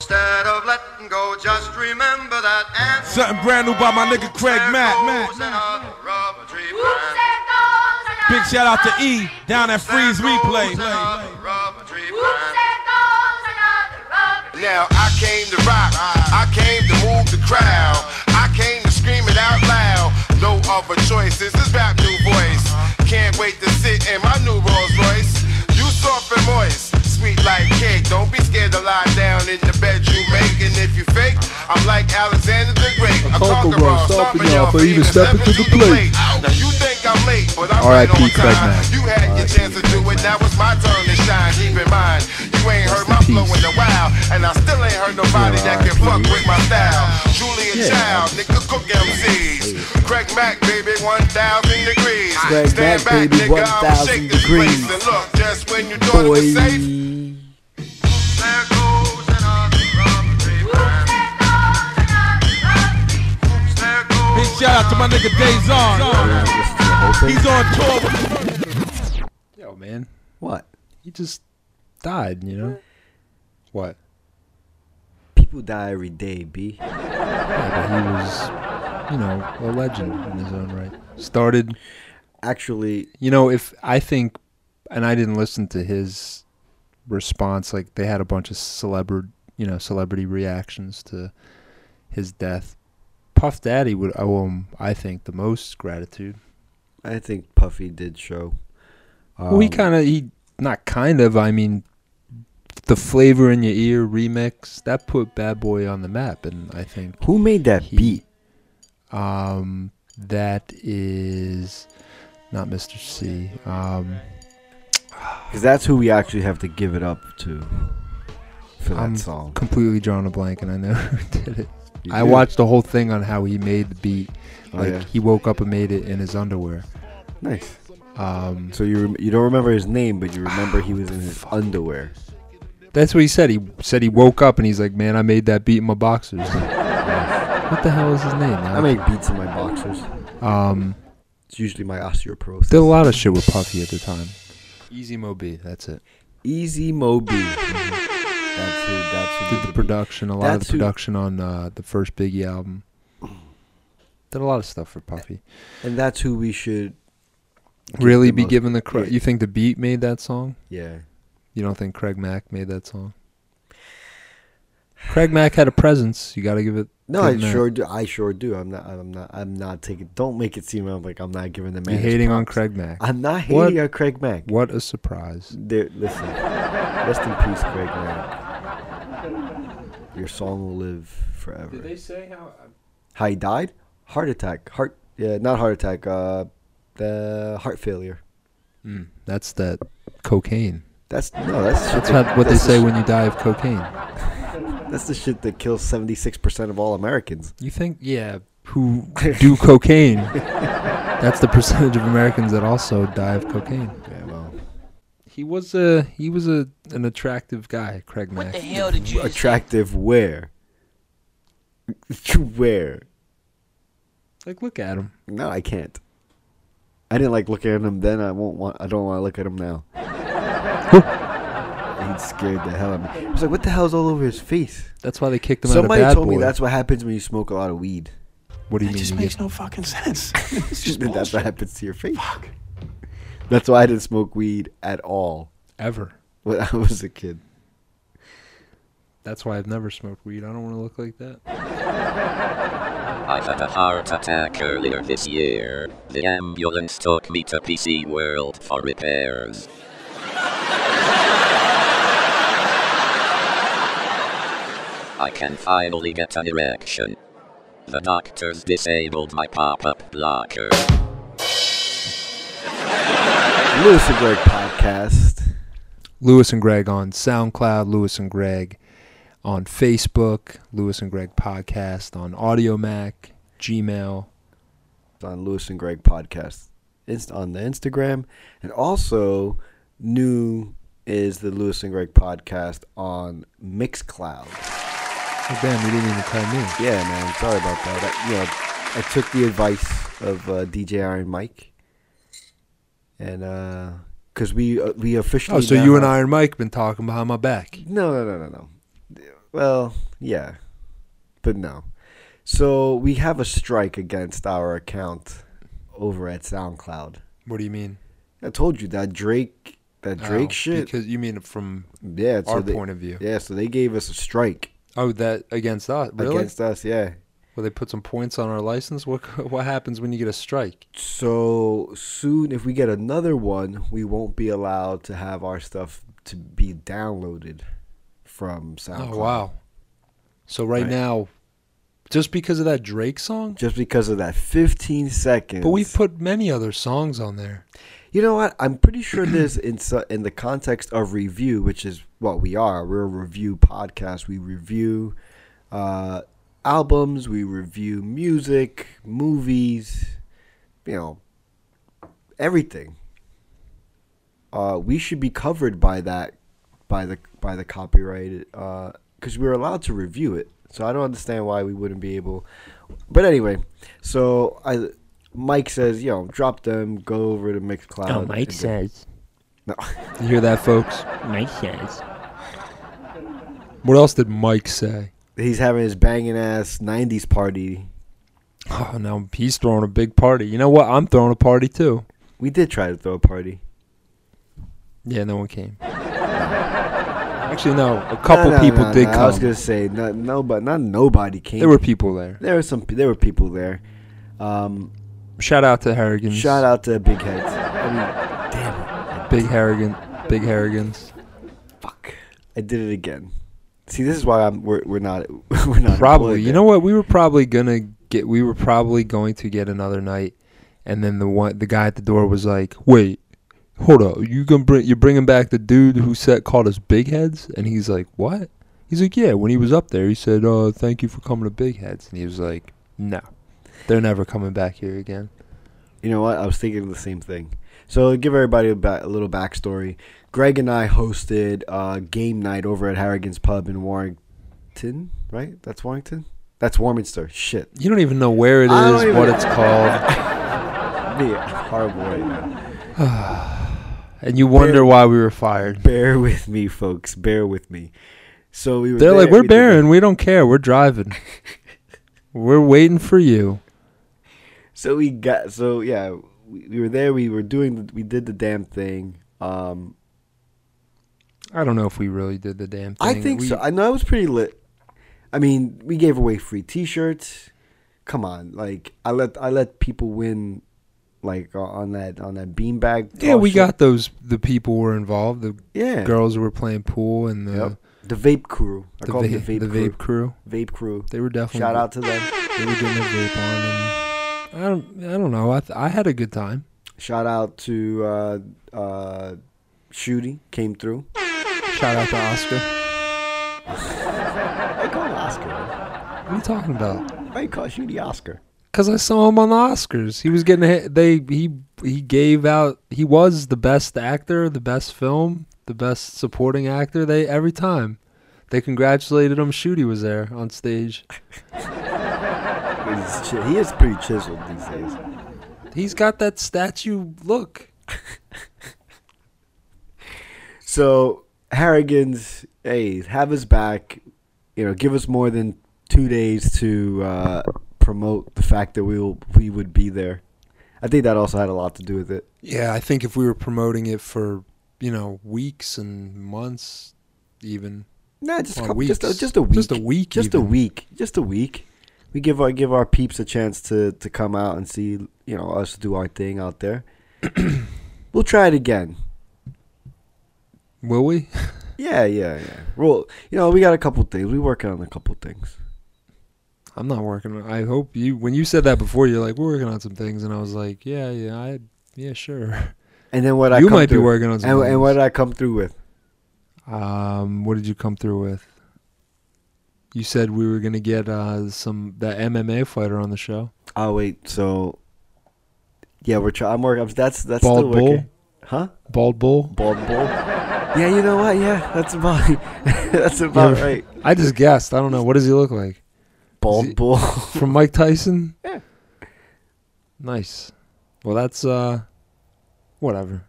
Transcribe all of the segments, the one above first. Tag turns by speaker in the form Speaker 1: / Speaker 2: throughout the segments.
Speaker 1: Instead of letting go, just remember that ants
Speaker 2: Something brand new by my nigga Craig Mack.
Speaker 1: grows in a rubber tree branch.
Speaker 2: Big shout out to E down at Freeze Replay.
Speaker 3: Now I came to rock, I came to move the crowd, I came to scream it out loud. No other choice, this is rap new voice. Can't wait to sit in my new Rolls Royce. You soft and moist, sweet like cake. Don't be scared to lie down in the bed you make. And if you fake, I'm like Alexander the Great. A conqueror, stomping y'all for even stepping to the plate. Now you think I'm late, but I'm right
Speaker 4: R.I.P.
Speaker 3: on
Speaker 4: Craig
Speaker 3: time.
Speaker 4: Mack.
Speaker 3: You had your chance to do it, now it's my turn to shine. Keep in mind, you ain't heard my flow in a while, and I still ain't heard nobody that can fuck with my style. Julian Child, nigga, cook MCs. Craig Mack, baby, 1,000 degrees.
Speaker 4: Craig
Speaker 3: Stand
Speaker 4: Mack,
Speaker 3: back,
Speaker 4: baby,
Speaker 3: nigga, I'ma
Speaker 4: 1,000
Speaker 3: shake this
Speaker 4: degrees.
Speaker 3: place. And look, just when you thought it was safe,
Speaker 2: Big shout out to my nigga Dazon. He's on tour with
Speaker 4: Yo, man,
Speaker 5: What?
Speaker 4: you just died, you know? What?
Speaker 5: People die every day, B.
Speaker 4: But he was, you know, a legend in his own right. Started,
Speaker 5: Actually,
Speaker 4: you know, if I think, and I didn't listen to his response, like they had a bunch of celebrity, you know, celebrity reactions to his death. Puff Daddy would owe him, I think, the most gratitude.
Speaker 5: I think Puffy did show.
Speaker 4: well, he
Speaker 5: um,
Speaker 4: kind of he not kind of. I mean, the flavor in your ear remix that put Bad Boy on the map, and I think
Speaker 5: Who made that
Speaker 4: He-
Speaker 5: beat?
Speaker 4: um, that is not Mr. C. Um,
Speaker 5: Because that's who we actually have to give it up to for that
Speaker 4: I'm
Speaker 5: song.
Speaker 4: completely drawn a blank, and I know who did it.
Speaker 5: You
Speaker 4: I
Speaker 5: do.
Speaker 4: watched the whole thing on how he made the beat.
Speaker 5: Oh,
Speaker 4: Like
Speaker 5: yeah.
Speaker 4: he woke up and made it in his underwear.
Speaker 5: Nice.
Speaker 4: Um,
Speaker 5: So you rem- you don't remember his name, but you remember he was in his underwear.
Speaker 4: that's what he said. He said he woke up and he's like, "Man, I made that beat in my boxers." what the hell is his name?
Speaker 5: I make beats in my boxers.
Speaker 4: um,
Speaker 5: It's usually my osteoporosis.
Speaker 4: Did a lot of shit with Puffy at the time. Easy Mo B, that's it.
Speaker 5: Easy Moby. That's who. That's who
Speaker 4: Did the production, a lot
Speaker 5: That's
Speaker 4: of
Speaker 5: who-
Speaker 4: the production on uh, the first Biggie album. Did a lot of stuff for Puffy.
Speaker 5: And that's who we should. give
Speaker 4: Really
Speaker 5: the
Speaker 4: be
Speaker 5: most-
Speaker 4: given the credit.
Speaker 5: yeah.
Speaker 4: You think the beat made that song?
Speaker 5: Yeah.
Speaker 4: You don't think Craig Mack made that song? Craig Mack had a presence. You got to give it.
Speaker 5: No,
Speaker 4: give
Speaker 5: I
Speaker 4: him that.
Speaker 5: sure do. I sure do. I'm not. I'm not. I'm not taking. Don't make it seem I'm like I'm not giving the man.
Speaker 4: You're
Speaker 5: his
Speaker 4: hating on
Speaker 5: props.
Speaker 4: Craig Mack.
Speaker 5: I'm not hating
Speaker 4: What?
Speaker 5: on Craig Mack.
Speaker 4: What a surprise!
Speaker 5: There, listen. Rest in peace, Craig Mack. Your song will live forever.
Speaker 4: say how? uh,
Speaker 5: How he died? Heart attack. Heart. Yeah, not heart attack. Uh, the heart failure.
Speaker 4: That's that cocaine.
Speaker 5: That's no. That's shit
Speaker 4: That's
Speaker 5: that-
Speaker 4: how- what they
Speaker 5: that's the
Speaker 4: say
Speaker 5: sh-
Speaker 4: when you die of cocaine.
Speaker 5: That's the shit that kills seventy six percent of all Americans.
Speaker 4: You think, yeah, who do cocaine? That's the percentage of Americans that also die of cocaine.
Speaker 5: Yeah, well,
Speaker 4: He was a he was a an attractive guy, Craig Mack.
Speaker 5: attractive where? where?
Speaker 4: Like, look at him.
Speaker 5: No, I can't. I didn't like looking at him then. I won't want. I don't want to look at him now. he scared the hell out of me. I was like, "What the hell's all over his face?"
Speaker 4: That's why they kicked him
Speaker 5: Somebody
Speaker 4: out of Bad
Speaker 5: told
Speaker 4: Boy.
Speaker 5: me that's what happens when you smoke a lot of weed.
Speaker 4: what do you mean?
Speaker 6: just
Speaker 4: you
Speaker 6: makes
Speaker 4: get-
Speaker 6: no fucking sense. It's just
Speaker 5: that's what
Speaker 6: bullshit.
Speaker 5: happens to your face. That's why I didn't smoke weed at all
Speaker 4: ever.
Speaker 5: when I was a kid.
Speaker 4: That's why I've never smoked weed. I don't want to look like that.
Speaker 7: I had a heart attack earlier this year. The ambulance took me to PC World for repairs. I can finally get an erection. The doctors disabled my pop-up blocker.
Speaker 5: Lewis and Greg podcast.
Speaker 4: Lewis and Greg on SoundCloud. Lewis and Greg on Facebook. Lewis and Greg podcast on Audio Mac, Gmail.
Speaker 5: It's on Lewis and Greg podcast. It's on the Instagram and also new is the Lewis and Greg podcast on Mixcloud.
Speaker 4: Oh, damn, you didn't even tell me.
Speaker 5: Yeah, man. Sorry about that. I, you know, I took the advice of uh, DJ Iron Mike, and because we uh, we officially.
Speaker 4: Oh, so you and
Speaker 5: now-
Speaker 4: Iron Mike been talking behind my back.
Speaker 5: No, no, no, no, no. Well, yeah, but no. So we have a strike against our account over at SoundCloud.
Speaker 4: What do you mean?
Speaker 5: I told you that Drake, that Drake
Speaker 4: Oh,
Speaker 5: shit.
Speaker 4: Because you mean from
Speaker 5: yeah, so
Speaker 4: our
Speaker 5: they,
Speaker 4: point of view.
Speaker 5: Yeah, so they gave us a strike
Speaker 4: oh that against us really?
Speaker 5: against us. Yeah.
Speaker 4: Well, they put some points on our license. What what happens when you get a strike?
Speaker 5: So soon, if we get another one, we won't be allowed to have our stuff to be downloaded from SoundCloud.
Speaker 4: Oh wow! So right,
Speaker 5: Right.
Speaker 4: now, just because of that Drake song,
Speaker 5: Just because of that 15 seconds.
Speaker 4: but we've put many other songs on there.
Speaker 5: You know what? I'm pretty sure this in so- in the context of review, which is what we are. We're a review podcast. We review uh, albums. We review music, movies. You know, everything. Uh, we should be covered by that, by the by the copyright, because we're allowed to review it. So I don't understand why we wouldn't be able. But anyway, so I Mike says, "Yo, drop them. Go over to Mixcloud."
Speaker 8: Oh, Mike
Speaker 5: and then-
Speaker 8: says.
Speaker 5: No.
Speaker 4: You hear that, folks?
Speaker 8: Mike says.
Speaker 4: What else did Mike say?
Speaker 5: He's having his banging ass '90s party.
Speaker 4: Oh, now he's throwing a big party. You know what? I'm throwing a party too.
Speaker 5: We did try to throw a party.
Speaker 4: Yeah, no one came. Actually, no. A couple
Speaker 5: No, no,
Speaker 4: people
Speaker 5: no,
Speaker 4: did
Speaker 5: no,
Speaker 4: come.
Speaker 5: I was gonna say no, no, but not nobody came.
Speaker 4: There were people there.
Speaker 5: there were some pe- there were people there. Um,
Speaker 4: Shout out to Harrigan's.
Speaker 5: shout out to Big Heads. I mean, damn it,
Speaker 4: Big Harrigan. Big Harrigan's.
Speaker 5: fuck! I did it again. See, this is why I'm we're, we're not we're not
Speaker 4: Probably.
Speaker 5: employed
Speaker 4: You
Speaker 5: there.
Speaker 4: know what? We were probably gonna get. We were probably going to get another night, and then the one the guy at the door was like, "Wait, hold up. You gonna bring? You're bringing back the dude who said called us big heads?" And he's like, "What?" He's like, "Yeah." When he was up there, he said, "Uh, thank you for coming to Big Heads," and he was like, "No, they're never coming back here again."
Speaker 5: You know what? I was thinking the same thing. So to give everybody a, ba- a little backstory. Greg and I hosted uh, game night over at Harrigan's Pub in Warrington. Right? That's Warrington. That's Warminster. Shit.
Speaker 4: You don't even know where it
Speaker 5: I don't
Speaker 4: is, what
Speaker 5: even-
Speaker 4: it's called,
Speaker 5: Me, I'm horrible right now.
Speaker 4: and you wonder why we were fired.
Speaker 5: Bear with me, folks. Bear with me. So we were.
Speaker 4: They're like,
Speaker 5: there, we
Speaker 4: we're
Speaker 5: did that."
Speaker 4: bearing. We don't care. We're driving. we're waiting for you.
Speaker 5: So we got. So yeah, we, we were there. We were doing. The, we did the damn thing. Um,
Speaker 4: I don't know if we really did the damn thing.
Speaker 5: I think
Speaker 4: We-
Speaker 5: so. I know it was pretty lit. I mean, we gave away free T-shirts. Come on, like I let I let people win, like o- on that on that beanbag.
Speaker 4: Yeah,
Speaker 5: toss
Speaker 4: we
Speaker 5: shit.
Speaker 4: got those. The people were involved. The
Speaker 5: yeah.
Speaker 4: girls who were playing pool and the
Speaker 5: Yep. The vape crew. I
Speaker 4: the,
Speaker 5: call them
Speaker 4: va-
Speaker 5: the vape
Speaker 4: the
Speaker 5: crew.
Speaker 4: vape crew.
Speaker 5: Vape crew.
Speaker 4: They were definitely
Speaker 5: Shout out to them.
Speaker 4: They were getting their vape on. And I don't. I don't know. I th- I had a good time.
Speaker 5: Shout out to uh, uh, Shooty came through.
Speaker 4: Shout out to Oscar.
Speaker 5: I call him Oscar.
Speaker 4: What are you talking about?
Speaker 5: I call Shooty Oscar.
Speaker 4: Cause I saw him on the Oscars. He was getting hit. They he he gave out. He was the best actor, the best film, the best supporting actor. They every time, they congratulated him. Shooty was there on stage.
Speaker 5: He's chi- he is pretty chiseled these days.
Speaker 4: He's got that statue look.
Speaker 5: So Harrigan's, hey, have us back. You know, give us more than two days to uh, promote the fact that we will we would be there. I think that also had a lot to do with it.
Speaker 4: Yeah, I think if we were promoting it for you know weeks and months, even
Speaker 5: No, just a
Speaker 4: Or
Speaker 5: couple, just a,
Speaker 4: weeks.
Speaker 5: just a week,
Speaker 4: Just a week
Speaker 5: just a
Speaker 4: even.
Speaker 5: week, just a week. We give our give our peeps a chance to to come out and see you know us do our thing out there. we'll try it again.
Speaker 4: will we?
Speaker 5: Yeah, yeah, yeah. Well, you know, we got a couple things. We working on a couple things.
Speaker 4: I'm not working. on I hope you. When you said that before, you're like we're working on some things, and I was like, yeah, yeah, I yeah, sure.
Speaker 5: And then what I
Speaker 4: You
Speaker 5: come
Speaker 4: might be
Speaker 5: through-
Speaker 4: working on some
Speaker 5: And, and
Speaker 4: things.
Speaker 5: what did I come through with?
Speaker 4: Um, what did you come through with? You said we were gonna get uh, some that MMA fighter on the show.
Speaker 5: Oh wait, so yeah, we're trying. I'm working. I'm, that's that's
Speaker 4: Bald
Speaker 5: still working.
Speaker 4: bull?
Speaker 5: Huh?
Speaker 4: Bald Bull.
Speaker 5: Bald bull. yeah, you know what? Yeah, that's about that's about
Speaker 4: Yeah.
Speaker 5: right.
Speaker 4: I just guessed. I don't know. What does he look like?
Speaker 5: Bald
Speaker 4: Is it-
Speaker 5: bull.
Speaker 4: From Mike Tyson.
Speaker 5: Yeah.
Speaker 4: Nice. Well, that's uh, whatever.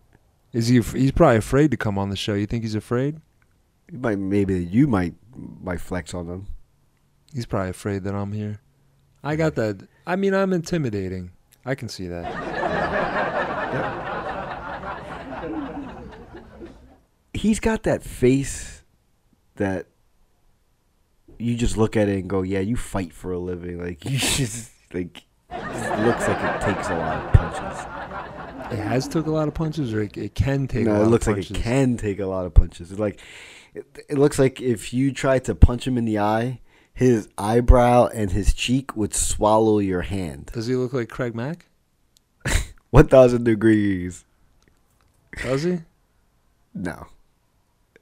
Speaker 4: Is he? af- He's probably afraid to come on the show. You think he's afraid?
Speaker 5: You might maybe you might my flex on them.
Speaker 4: He's probably afraid that I'm here. I got that. I mean, I'm intimidating. I can see that.
Speaker 5: He's got that face that you just look at it and go, "Yeah, you fight for a living." Like you just like just looks like it takes a lot of punches.
Speaker 4: It has took a lot of punches, or it, it can take. a
Speaker 5: No,
Speaker 4: lot
Speaker 5: it
Speaker 4: of
Speaker 5: looks like
Speaker 4: punches.
Speaker 5: it can take a lot of punches. It's like it, it looks like if you tried to punch him in the eye, his eyebrow and his cheek would swallow your hand.
Speaker 4: Does he look like Craig Mack?
Speaker 5: One thousand degrees.
Speaker 4: Does he?
Speaker 5: No,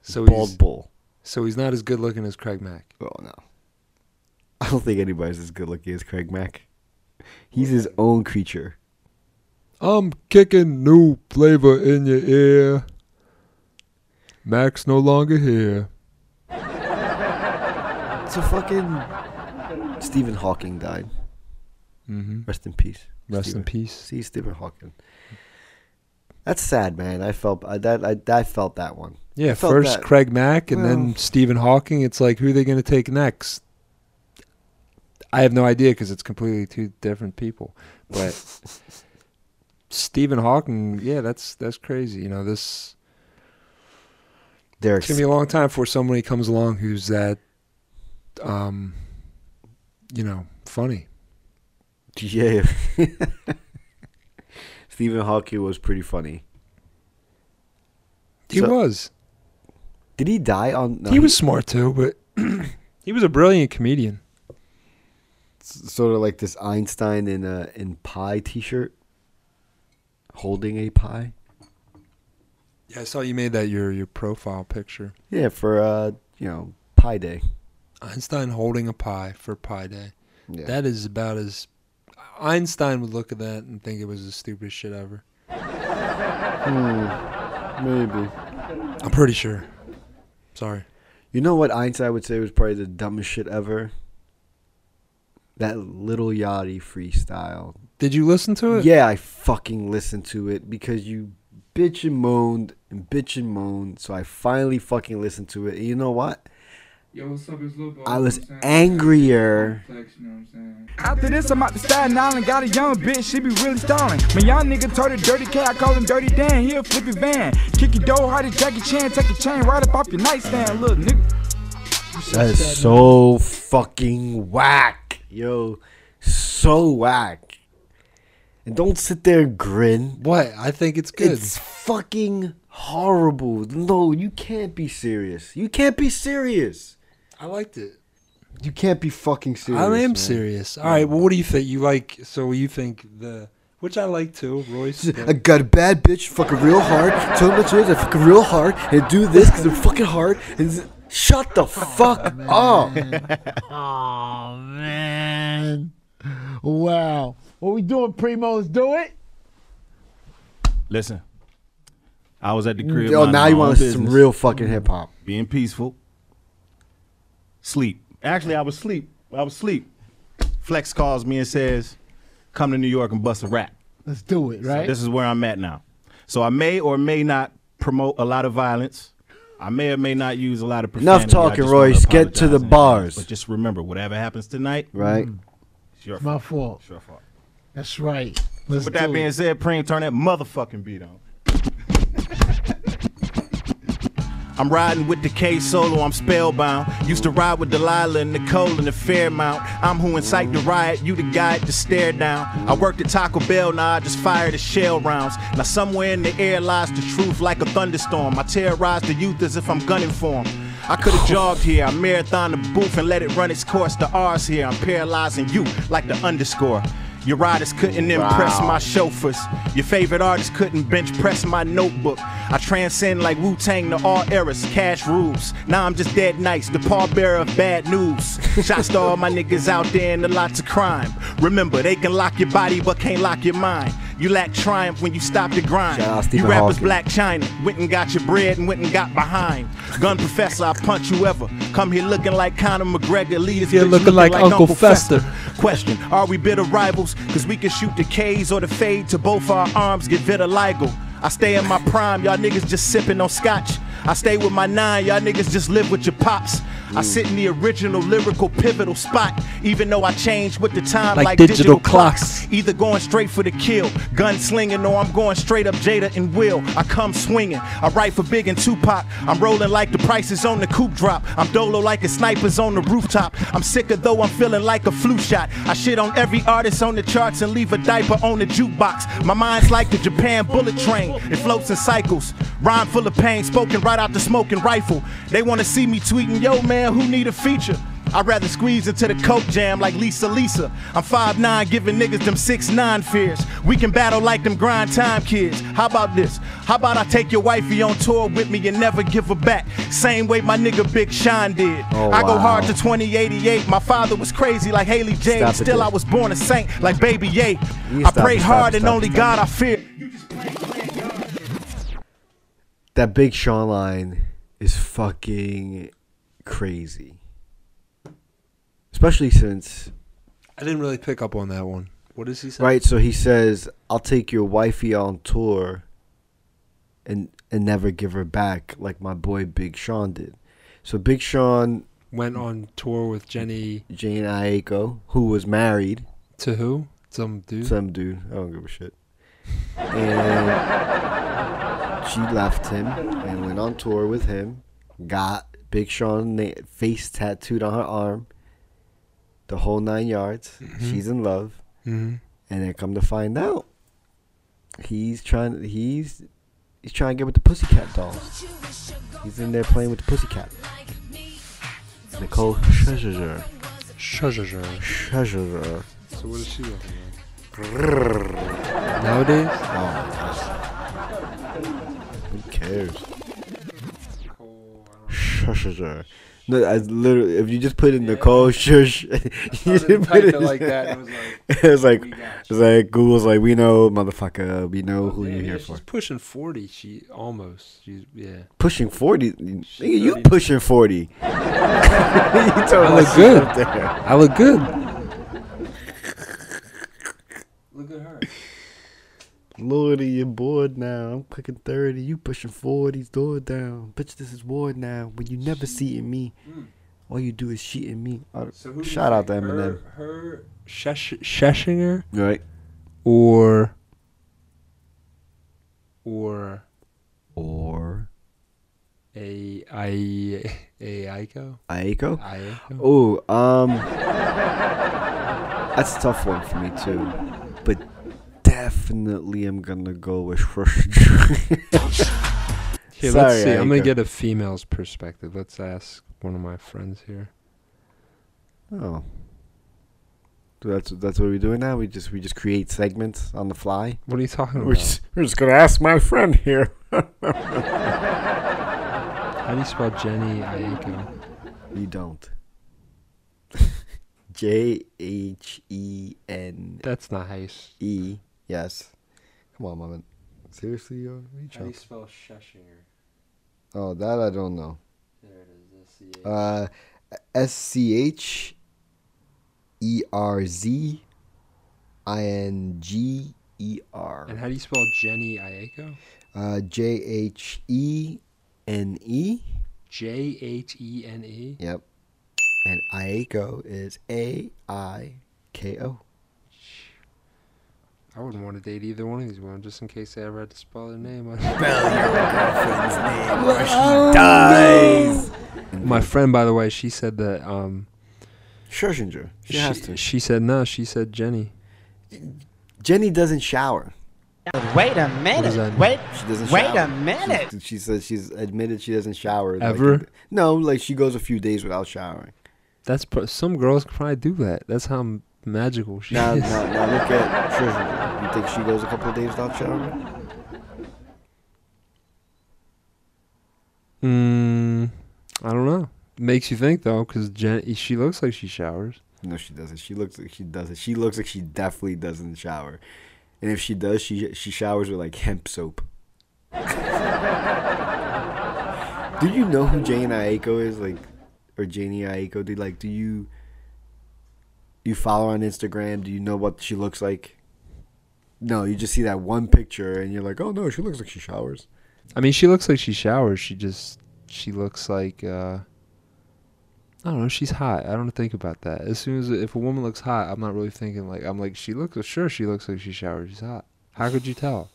Speaker 4: So he's
Speaker 5: bald bull.
Speaker 4: so he's not as good looking as Craig Mack.
Speaker 5: Oh no, I don't think anybody's as good looking as Craig Mack. He's his own creature.
Speaker 4: I'm kicking new flavor in your ear. Mack's no longer here.
Speaker 5: It's a fucking Stephen Hawking died.
Speaker 4: hmm
Speaker 5: Rest in peace.
Speaker 4: Rest
Speaker 5: Stephen.
Speaker 4: in peace.
Speaker 5: See Stephen Hawking. That's sad, man. I felt I, that I, I felt that one.
Speaker 4: Yeah,
Speaker 5: I felt
Speaker 4: first
Speaker 5: that.
Speaker 4: Craig Mack and then
Speaker 5: Well-
Speaker 4: Stephen Hawking. It's like who are they going to take next? I have no idea because it's completely two different people. But Stephen Hawking, yeah, that's that's crazy. You know, this
Speaker 5: Derek
Speaker 4: it's gonna be a long time before somebody comes along who's that, um, you know, funny.
Speaker 5: Yeah. Stephen Hawking was pretty funny.
Speaker 4: He
Speaker 5: So-
Speaker 4: was.
Speaker 5: Did he die on? no,
Speaker 4: he was smart too, but he was a brilliant comedian.
Speaker 5: s- sort of like this Einstein in a in pie T-shirt, holding a pie.
Speaker 4: Yeah, I saw you made that your your profile picture.
Speaker 5: Yeah, for uh, you know, Pie Day.
Speaker 4: Einstein holding a pie for Pie Day.
Speaker 5: Yeah.
Speaker 4: That is about as Einstein would look at that and think it was the stupidest shit ever.
Speaker 5: Maybe.
Speaker 4: I'm pretty sure. Sorry.
Speaker 5: You know what Einstein would say was probably the dumbest shit ever. That little Yachty freestyle
Speaker 4: Did you listen to it?
Speaker 5: Yeah, I fucking listened to it because you bitch and moaned and bitch and moaned. So I finally fucking listened to it. And you know what?
Speaker 8: Yo, what's up? It's Lil Bo.
Speaker 5: I was angrier.
Speaker 8: Flex, you know what I'm saying?
Speaker 9: After this, I'm out to Staten Island. Got a young bitch, she be really stalling. My young nigga told her dirty cat, I call him Dirty Dan. He'll flip his van. Kick your door hard as Jackie Chan. Take your chain right up off your nightstand, little nigga.
Speaker 5: That is so fucking whack. Yo, so whack. And don't sit there and grin.
Speaker 4: What? I think it's good.
Speaker 5: It's fucking horrible. No, you can't be serious. You can't be serious.
Speaker 4: I liked it.
Speaker 5: You can't be fucking serious.
Speaker 4: I am
Speaker 5: man.
Speaker 4: serious. All right. Well, what do you think? You like? So you think the which I like too, Royce.
Speaker 5: I
Speaker 4: the-
Speaker 5: got a bad bitch, fucking real hard. Tell my choice, I fucking real hard, and do this because I'm fucking hard. And z- shut the fuck up.
Speaker 10: Oh man. Wow. What we doing, primos? Do it.
Speaker 11: Listen, I was at the crib.
Speaker 5: Yo,
Speaker 11: minding
Speaker 5: now
Speaker 11: my
Speaker 5: you
Speaker 11: own
Speaker 5: want to some
Speaker 11: business,
Speaker 5: real fucking hip hop?
Speaker 11: being peaceful. Sleep. Actually, I was sleep. I was sleep. Flex calls me and says, "Come to New York and bust a rap."
Speaker 10: Let's do it, right?
Speaker 11: This is where I'm at now. So I may or may not promote a lot of violence. I may or may not use a lot of profanity.
Speaker 5: Enough talking,
Speaker 11: I just
Speaker 5: Royce.
Speaker 11: wanna
Speaker 5: Get to the
Speaker 11: apologize in advance.
Speaker 5: bars.
Speaker 11: But just remember, whatever happens tonight, mm.
Speaker 5: Right?
Speaker 11: it's your
Speaker 10: My
Speaker 11: fault.
Speaker 10: fault.
Speaker 11: It's your fault.
Speaker 10: That's right. Let's
Speaker 11: With that
Speaker 10: do
Speaker 11: being
Speaker 10: it.
Speaker 11: said, Preem, turn that motherfucking beat on. I'm riding with the K Solo, I'm spellbound. Used to ride with Delilah and Nicole in the Fairmount. I'm who incite the riot, you the guy to stare down. I worked at Taco Bell, now I just fired the shell rounds. Now somewhere in the air lies the truth like a thunderstorm. I terrorize the youth as if I'm gunning for 'em. I could have jogged here, I marathon the booth and let it run its course. The R's here, I'm paralyzing you like the underscore. Your riders couldn't impress my chauffeurs. Your favorite artist couldn't bench press my notebook. I transcend like Wu Tang to all eras, cash rules. Now I'm just dead nice, the pallbearer of bad news. Shots to all my niggas out there in the lots of crime. Remember, they can lock your body but can't lock your mind. You lack triumph when you stop the grind.
Speaker 5: Shout out
Speaker 11: you
Speaker 5: Stephen
Speaker 11: rappers
Speaker 5: Hawking.
Speaker 11: black China. Went and got your bread and went and got behind. Gun professor, I punch whoever. Come here looking like Conor McGregor, leaders.
Speaker 4: Here looking like Uncle Fester.
Speaker 11: Question Are we bitter rivals? Cause we can shoot the K's or the fade to both our arms, get vitiligo. I stay in my prime, y'all niggas just sipping on scotch. I stay with my nine, y'all niggas just live with your pops. I sit in the original lyrical pivotal spot, even though I changed with the time
Speaker 4: Like
Speaker 11: like,
Speaker 4: digital
Speaker 11: clocks. Either going straight for the kill, gun slinging, or I'm going straight up Jada and Will. I come swinging. I write for Big and Tupac. I'm rolling like the prices on the coupe drop. I'm dolo like a sniper's on the rooftop. I'm sicker though I'm feeling like a flu shot. I shit on every artist on the charts and leave a diaper on the jukebox. My mind's like the Japan bullet train. It floats in cycles. Rhyme full of pain, spoken right out the smoking rifle. They wanna see me tweeting, yo man, who need a feature? I'd rather squeeze into the coke jam like Lisa Lisa. I'm 5'9, giving niggas them 6'9 fears. We can battle like them grind time kids. How about this? How about I take your wifey on tour with me and never give her back? Same way my nigga Big Sean did.
Speaker 5: Oh,
Speaker 11: I go
Speaker 5: wow.
Speaker 11: hard to 2088. My father was crazy like Haley J.
Speaker 5: Stop it,
Speaker 11: Still, I
Speaker 5: dude.
Speaker 11: was born a saint like Baby Ye.
Speaker 5: You
Speaker 11: I
Speaker 5: stop
Speaker 11: prayed
Speaker 5: it, stop
Speaker 11: hard
Speaker 5: it,
Speaker 11: and
Speaker 5: stop it,
Speaker 11: only
Speaker 5: stop
Speaker 11: God I fear.
Speaker 5: That Big Sean line is fucking crazy. Especially since
Speaker 4: I didn't really pick up on that one. What does he say?
Speaker 5: right, so he says, "I'll take your wifey on tour, and and never give her back like my boy Big Sean did." So Big Sean
Speaker 4: Went on tour with Jenny.
Speaker 5: Jane Aiko, who was married
Speaker 4: to who? Some dude.
Speaker 5: Some dude. I don't give a shit. And she left him and went on tour with him. Got Big Sean na- face tattooed on her arm. The whole nine yards. She's in love.
Speaker 4: Mhm.
Speaker 5: And then come to find out, he's trying. He's he's trying to get with the Pussycat dolls. He's in there playing with the Pussycat. Nicole Scherzinger. Scherzinger.
Speaker 4: So what is she looking like?
Speaker 5: Nowadays? Who cares? Shush, shush. No, I literally, if you just put in Nicole Shush, you
Speaker 4: didn't
Speaker 5: just put
Speaker 4: type
Speaker 5: it
Speaker 4: it like that, it was
Speaker 5: it's like,
Speaker 4: like, we got Oh,
Speaker 5: it's like Google's like, we know, motherfucker, we know who you're
Speaker 4: Yeah,
Speaker 5: here
Speaker 4: she's
Speaker 5: for.
Speaker 4: pushing forty. She almost. She's yeah.
Speaker 5: Pushing forty, nigga, you
Speaker 4: 30.
Speaker 5: pushing forty. you
Speaker 4: I
Speaker 5: I
Speaker 4: look good. I look good.
Speaker 5: Look at her. Lordy, you're bored now. I'm cooking 30. You pushing 40s, door down. Bitch, this is war now. When you never see in me, all you do is cheat in me. Uh,
Speaker 4: who do you
Speaker 5: shout out to
Speaker 4: think?
Speaker 5: Eminem.
Speaker 4: Her Shesh, Sheshinger
Speaker 5: Right.
Speaker 4: or or
Speaker 5: Or
Speaker 4: a I a Aiko.
Speaker 5: Aiko?
Speaker 4: Aiko.
Speaker 5: Oh, um. that's a tough one for me, too. But definitely I'm gonna go with Rush.
Speaker 4: Here, let's see. I'm gonna get a female's perspective. Let's ask one of my friends here.
Speaker 5: Oh. So that's that's what we're doing now. We just we just create segments on the fly.
Speaker 4: What are you talking
Speaker 5: We're
Speaker 4: about?
Speaker 5: just, we're just gonna ask my friend here.
Speaker 4: How do you spell Jenny Aiko?
Speaker 5: you don't. J H E N
Speaker 4: That's not how you. s-
Speaker 5: E. Yes. Come on, mama. Seriously, yo, reach
Speaker 4: How do
Speaker 5: out.
Speaker 4: you spell Sheshinger?
Speaker 5: Oh, that I don't know.
Speaker 4: There it is. S-C-H.
Speaker 5: Uh, S C H E R Z I N G E R.
Speaker 4: And how do you spell Jenny Aiko?
Speaker 5: Uh, J H E N E.
Speaker 4: J H E N E.
Speaker 5: Yep. And Aiko is A I K O.
Speaker 4: I wouldn't want to date either one of these women, just in case they ever had to spell their name. out.
Speaker 5: Dies.
Speaker 4: oh, My friend, by the way, she said that. Um,
Speaker 5: Scherzinger. She,
Speaker 4: she,
Speaker 5: has to.
Speaker 4: she said no. She said Jenny.
Speaker 5: Jenny doesn't shower.
Speaker 12: Wait a
Speaker 4: does that
Speaker 12: minute.
Speaker 4: mean?
Speaker 12: Wait.
Speaker 5: She doesn't.
Speaker 12: Wait
Speaker 5: shower.
Speaker 12: a minute.
Speaker 5: She, she says she's admitted she doesn't shower. like-
Speaker 4: Ever?
Speaker 5: no, like she goes a few days without showering.
Speaker 4: That's pro- some girls could probably do that. That's how m- magical she
Speaker 5: Now,
Speaker 4: is.
Speaker 5: now, now look at Scherzinger. You think she goes a couple of days without showering?
Speaker 4: Mm, I don't know. Makes you think though, because Jen, she looks like she showers.
Speaker 5: No, she doesn't. She looks like she doesn't. She looks like she definitely doesn't shower. And if she does, she she showers with like hemp soap. do you know who Jane Aiko is? Like, or Janie Aiko? Do like do you you follow her on Instagram? Do you know what she looks like? No, you just see that one picture and you're like, oh no, she looks like she showers.
Speaker 4: I mean, she looks like she showers. She just she looks like uh, I don't know. She's hot. I don't think about that. As soon as if a woman looks hot, I'm not really thinking like I'm like she looks. Sure, she looks like she showered. She's hot. How could you tell?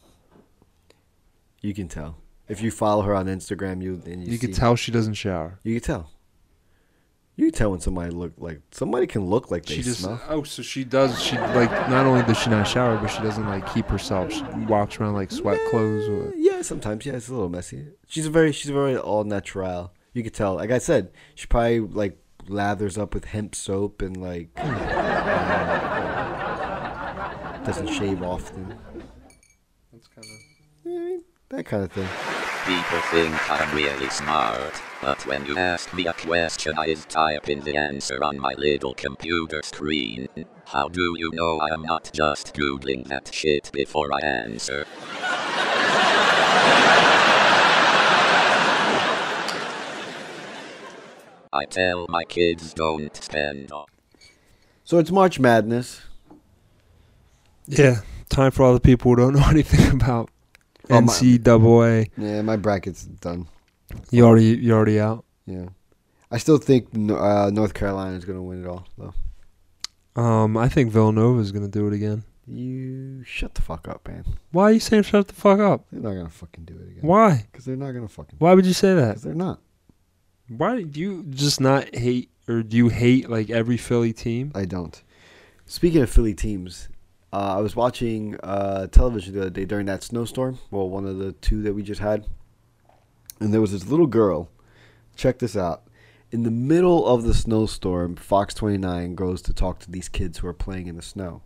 Speaker 5: You can tell if you follow her on Instagram. You and you,
Speaker 4: You could
Speaker 5: see-
Speaker 4: tell she doesn't shower.
Speaker 5: You can tell. You can tell when somebody look like somebody can look like they
Speaker 4: She just
Speaker 5: smell.
Speaker 4: oh, so she does. She like not only does she not shower, but she doesn't like keep herself. She walks around like sweat clothes. Or,
Speaker 5: Yeah, sometimes. Yeah, it's a little messy. She's a very she's a very all natural. You could tell. Like I said, she probably like lathers up with hemp soap and like um, uh, doesn't shave often.
Speaker 4: That's kind
Speaker 5: That kind of thing.
Speaker 7: People think I'm really smart, but when you ask me a question, I is typing the answer on my little computer screen. How do you know I'm not just googling that shit before I answer? I tell my kids don't spend all
Speaker 5: So it's March Madness.
Speaker 4: Yeah, time for all the people who don't know anything about
Speaker 5: Oh, my-
Speaker 4: NCAA.
Speaker 5: Yeah, my bracket's done.
Speaker 4: You already you already out.
Speaker 5: Yeah, I still think no- uh, North Carolina is gonna win it all though.
Speaker 4: Um, I think Villanova is gonna do it again.
Speaker 5: You shut the fuck up, man.
Speaker 4: Why are you saying shut the fuck up?
Speaker 5: They're not gonna fucking do it again.
Speaker 4: Why?
Speaker 5: Because they're not gonna fucking.
Speaker 4: Why would you say that?
Speaker 5: Because they're not.
Speaker 4: Why do you just not hate, or do you hate like every Philly team?
Speaker 5: I don't. Speaking of Philly teams, uh, I was watching uh, television the other day during that snowstorm. Well, one of the two that we just had, and there was this little girl. Check this out. In the middle of the snowstorm, Fox 29 goes to talk to these kids who are playing in the snow.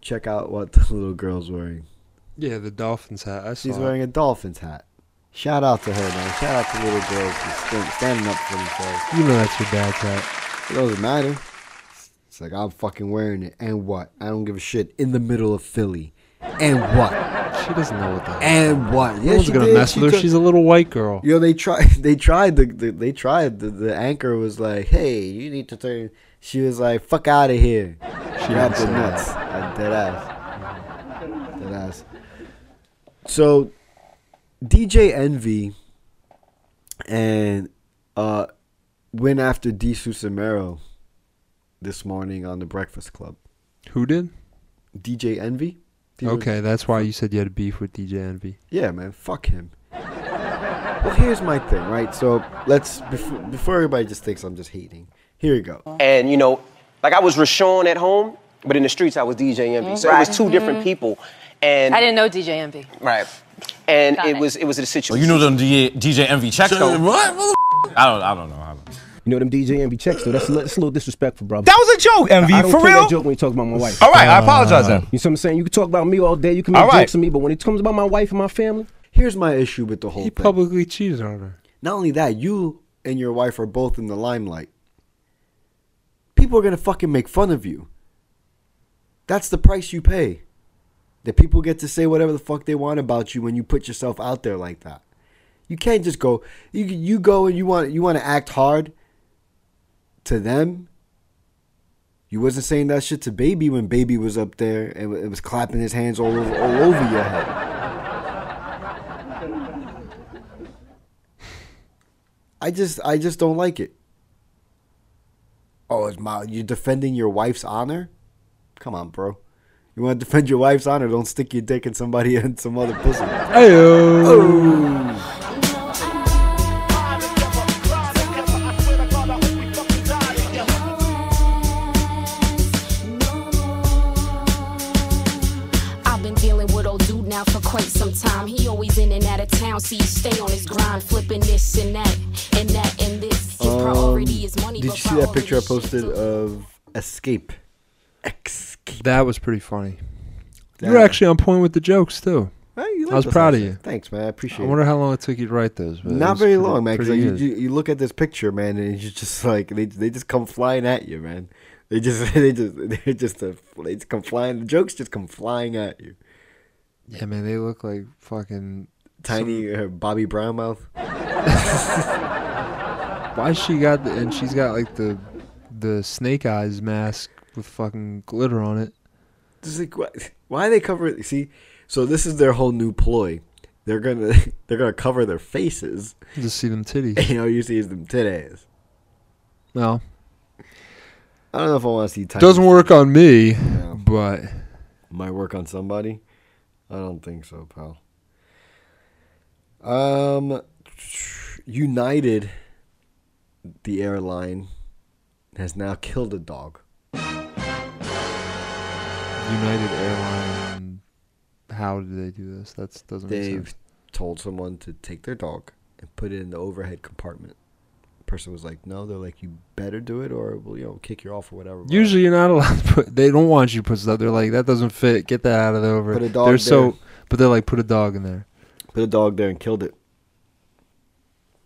Speaker 5: Check out what the little girl's wearing.
Speaker 4: Yeah, the Dolphins hat. I saw.
Speaker 5: She's
Speaker 4: it.
Speaker 5: wearing a Dolphins hat. Shout out to her, man. Shout out to little girls who's stand- standing up for themselves.
Speaker 4: You know that's your dad's hat.
Speaker 5: It doesn't matter. It's like I'm fucking wearing it, and what? I don't give a shit. In the middle of Philly, and what?
Speaker 4: She doesn't know what the.
Speaker 5: And what?
Speaker 4: no one's gonna
Speaker 5: did.
Speaker 4: mess
Speaker 5: She
Speaker 4: with her.
Speaker 5: took-
Speaker 4: She's a little white girl.
Speaker 5: Yo, they tried. They tried. The, the they tried. The, the anchor was like, "Hey, you need to turn." She was like, "Fuck out of here!" She grabbed
Speaker 4: didn't
Speaker 5: the
Speaker 4: say
Speaker 5: nuts. I dead ass. Dead ass. So, DJ Envy and uh, went after D. Susamero this morning on the Breakfast Club.
Speaker 4: Who did?
Speaker 5: DJ Envy. He was-
Speaker 4: Okay, that's why you said you had a beef with DJ Envy.
Speaker 5: yeah, man, fuck him. Well, here's my thing, right? So let's before, before everybody just thinks I'm just hating. Here you go.
Speaker 12: And you know, like I was Rashawn at home, but in the streets I was DJ Envy. So it was
Speaker 13: Right.
Speaker 12: 2 different
Speaker 13: Mhm.
Speaker 12: people. And
Speaker 13: I didn't know DJ Envy.
Speaker 12: right. And
Speaker 13: Got
Speaker 12: it,
Speaker 13: it.
Speaker 12: was it was a situation.
Speaker 14: Oh, you know them DJ, DJ Envy checks though.
Speaker 12: What?
Speaker 14: I don't. I don't know. I don't.
Speaker 15: You know them DJ Envy checks though. That's a, li- that's a little disrespectful, brother.
Speaker 14: That was a joke, Envy,
Speaker 15: I, I don't
Speaker 14: for
Speaker 15: play
Speaker 14: real?
Speaker 15: That joke when you talk about my wife.
Speaker 14: All right, I apologize then.
Speaker 15: You see what I'm saying? You can talk about me all day. You can make
Speaker 14: All right.
Speaker 15: jokes to me, but when it comes about my wife and my family,
Speaker 5: Here's my issue with the whole
Speaker 15: He
Speaker 5: thing.
Speaker 4: publicly cheated on her.
Speaker 5: Not only that, you and your wife are both in the limelight. People are gonna fucking make fun of you. That's the price you pay. That people get to say whatever the fuck they want about you when you put yourself out there like that. You can't just go. You you go and you want you want to act hard. To them, you wasn't saying that shit to baby when baby was up there and it was clapping his hands all over all over your head. I just I just don't like it. Oh, it's my you're defending your wife's honor? Come on, bro. You want to defend your wife's honor? Don't stick your dick in somebody and some other pussy. Oh.
Speaker 16: I've been dealing with old dude now for quite some time. He always in and out of town, so you stay on his grind, flipping this and that, and that and this. His
Speaker 5: Um,
Speaker 16: priority
Speaker 5: did
Speaker 16: is money,
Speaker 5: you
Speaker 16: but
Speaker 5: see that picture I posted of Escape?
Speaker 4: That was pretty funny. You
Speaker 5: That-
Speaker 4: were actually on point with the jokes too.
Speaker 5: Hey, you like
Speaker 4: I was
Speaker 5: those
Speaker 4: proud
Speaker 5: lines,
Speaker 4: of you.
Speaker 5: man. Thanks, man. I appreciate
Speaker 4: I wonder
Speaker 5: it.
Speaker 4: how long it took you to write those. but it
Speaker 5: Not
Speaker 4: was
Speaker 5: very
Speaker 4: pretty-
Speaker 5: long, man. Because
Speaker 4: pretty
Speaker 5: you,
Speaker 4: good.
Speaker 5: you, you look at this picture, man, and you just like they, they just come flying at you, man. They just they just they just uh, they just come flying. The jokes just come flying at you.
Speaker 4: yeah, man, they look like fucking
Speaker 5: Tiny uh, Bobby Brown mouth.
Speaker 4: Why she got the, and she's got like the the snake eyes mask with fucking glitter on it.
Speaker 5: Just like why, why they cover it? See, so this is their whole new ploy. They're gonna they're gonna cover their faces.
Speaker 4: Just see them titties.
Speaker 5: And all you see is them titties.
Speaker 4: No.
Speaker 5: I don't know if I want to see. Titans.
Speaker 4: Doesn't work on me, but
Speaker 5: Might work on somebody. I don't think so, pal. Um, United, the airline, has now killed a dog.
Speaker 4: United Airlines. How did they do this? That doesn't make
Speaker 5: They've
Speaker 4: sense.
Speaker 5: told someone to take their dog and put it in the overhead compartment. Person was like, "No," they're like, "You better do it, or we'll you know kick you off or whatever."
Speaker 4: Usually, you're not allowed to put. They don't want you to put stuff. They're like, that doesn't fit. Get that out of there. Over.
Speaker 5: Put a dog
Speaker 4: They're so.
Speaker 5: there.
Speaker 4: But they're like, put a dog in there
Speaker 5: Put a dog there and killed it,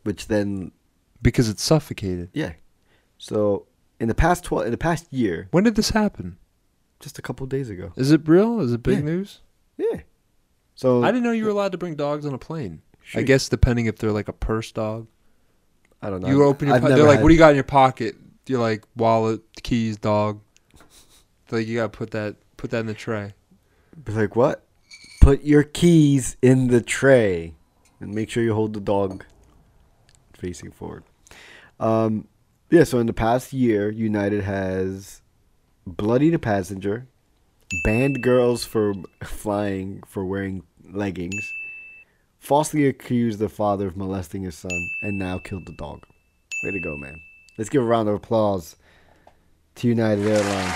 Speaker 5: which then
Speaker 4: because it's suffocated.
Speaker 5: Yeah. So in the past twelve, in the past year,
Speaker 4: When did this happen?
Speaker 5: just a couple days ago.
Speaker 4: Is it real? Is it big
Speaker 5: Yeah.
Speaker 4: news?
Speaker 5: Yeah. So
Speaker 4: I didn't know you were allowed to bring dogs on a plane. I
Speaker 5: Shoot.
Speaker 4: guess depending if they're like a purse dog.
Speaker 5: I don't know.
Speaker 4: You open your.
Speaker 5: I've
Speaker 4: po-
Speaker 5: never
Speaker 4: they're like,
Speaker 5: had-
Speaker 4: what do you got in your pocket? You're like wallet, keys, dog. It's like you gotta put that put that in the tray.
Speaker 5: Be like, what? Put your keys in the tray, and make sure you hold the dog facing forward. Um, yeah. So in the past year, United has bloodied a passenger, banned girls from flying for wearing leggings, falsely accused the father of molesting his son, and now killed the dog. Way to go, man! Let's give a round of applause to United Airlines.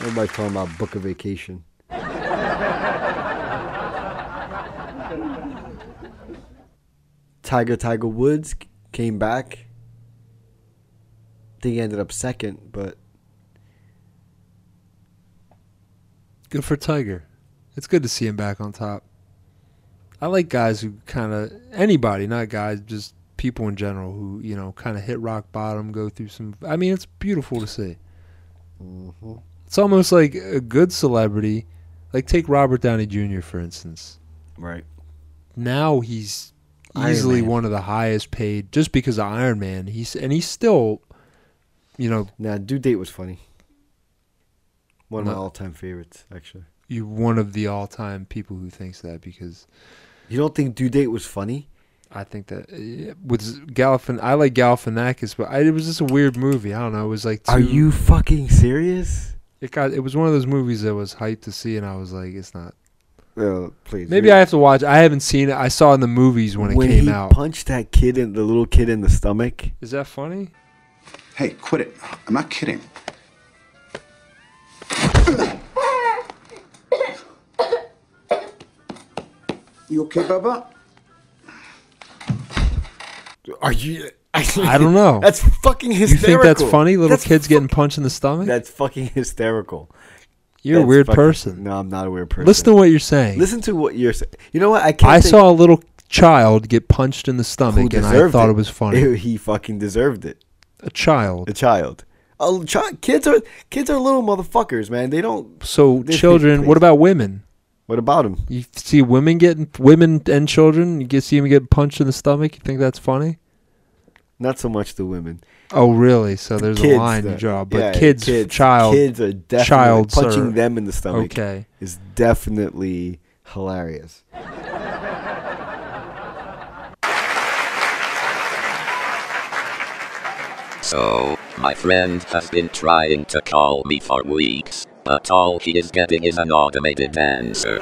Speaker 5: Everybody's talking about book a vacation. Tiger Tiger Woods c- came back. I think he ended up second, but
Speaker 4: Good for Tiger. It's good to see him back on top. I like guys who kind of anybody, not guys, just people in general who you know kind of hit rock bottom, go through some. I mean, it's beautiful to see.
Speaker 5: Mm-hmm.
Speaker 4: It's almost like a good celebrity, like take Robert Downey Jr. for instance.
Speaker 5: Right.
Speaker 4: Now he's
Speaker 5: Iron
Speaker 4: easily
Speaker 5: Man.
Speaker 4: one of the highest paid just because of Iron Man. He's and he's still, you know,
Speaker 5: now due date was funny. One of my
Speaker 4: No.
Speaker 5: all-time favorites, actually.
Speaker 4: you one of the all-time people who thinks that because
Speaker 5: you don't think due date was funny.
Speaker 4: I think that uh, with Galifin, I like Galifianakis, but I, it was just a weird movie. I don't know. It was like
Speaker 5: Are
Speaker 4: too-
Speaker 5: you fucking serious?
Speaker 4: It got. It was one of those movies that was hyped to see, and I was like, it's not.
Speaker 5: Well, please.
Speaker 4: Maybe I have to watch. I haven't seen it. I saw it in the movies when it
Speaker 5: when
Speaker 4: came
Speaker 5: he
Speaker 4: out.
Speaker 5: punched that kid in the little kid in the stomach.
Speaker 4: Is that funny?
Speaker 13: Hey, quit it. I'm not kidding. You okay, Bubba?
Speaker 5: Are you?
Speaker 4: I don't know.
Speaker 5: That's fucking hysterical.
Speaker 4: You think that's funny? Little
Speaker 5: That's
Speaker 4: kids getting punched in the stomach.
Speaker 5: That's fucking hysterical.
Speaker 4: You're a
Speaker 5: That's
Speaker 4: weird
Speaker 5: fucking-
Speaker 4: person.
Speaker 5: No, I'm not a weird person.
Speaker 4: Listen to what you're saying.
Speaker 5: Listen to what you're saying. You know what? I can't.
Speaker 4: I
Speaker 5: think
Speaker 4: saw a little child get punched in the
Speaker 5: who
Speaker 4: stomach, and I
Speaker 5: deserved
Speaker 4: thought it was funny.
Speaker 5: He fucking deserved it.
Speaker 4: A child.
Speaker 5: A child. A child. Kids are kids are little motherfuckers, man. They don't.
Speaker 4: So
Speaker 5: they-
Speaker 4: children, what
Speaker 5: please.
Speaker 4: about women?
Speaker 5: What about them?
Speaker 4: You see women getting women and children. You get see them get punched in the stomach. You think that's funny?
Speaker 5: Not so much the women.
Speaker 4: Oh, really? So there's
Speaker 5: Kids,
Speaker 4: a line
Speaker 5: though.
Speaker 4: you draw, but
Speaker 5: Yeah,
Speaker 4: kids, child,
Speaker 5: Kids are definitely
Speaker 4: child
Speaker 5: punching
Speaker 4: sir.
Speaker 5: them in the stomach.
Speaker 4: Okay,
Speaker 5: is definitely hilarious.
Speaker 7: So, my friend has been trying to call me for weeks, but all he is getting is an automated answer.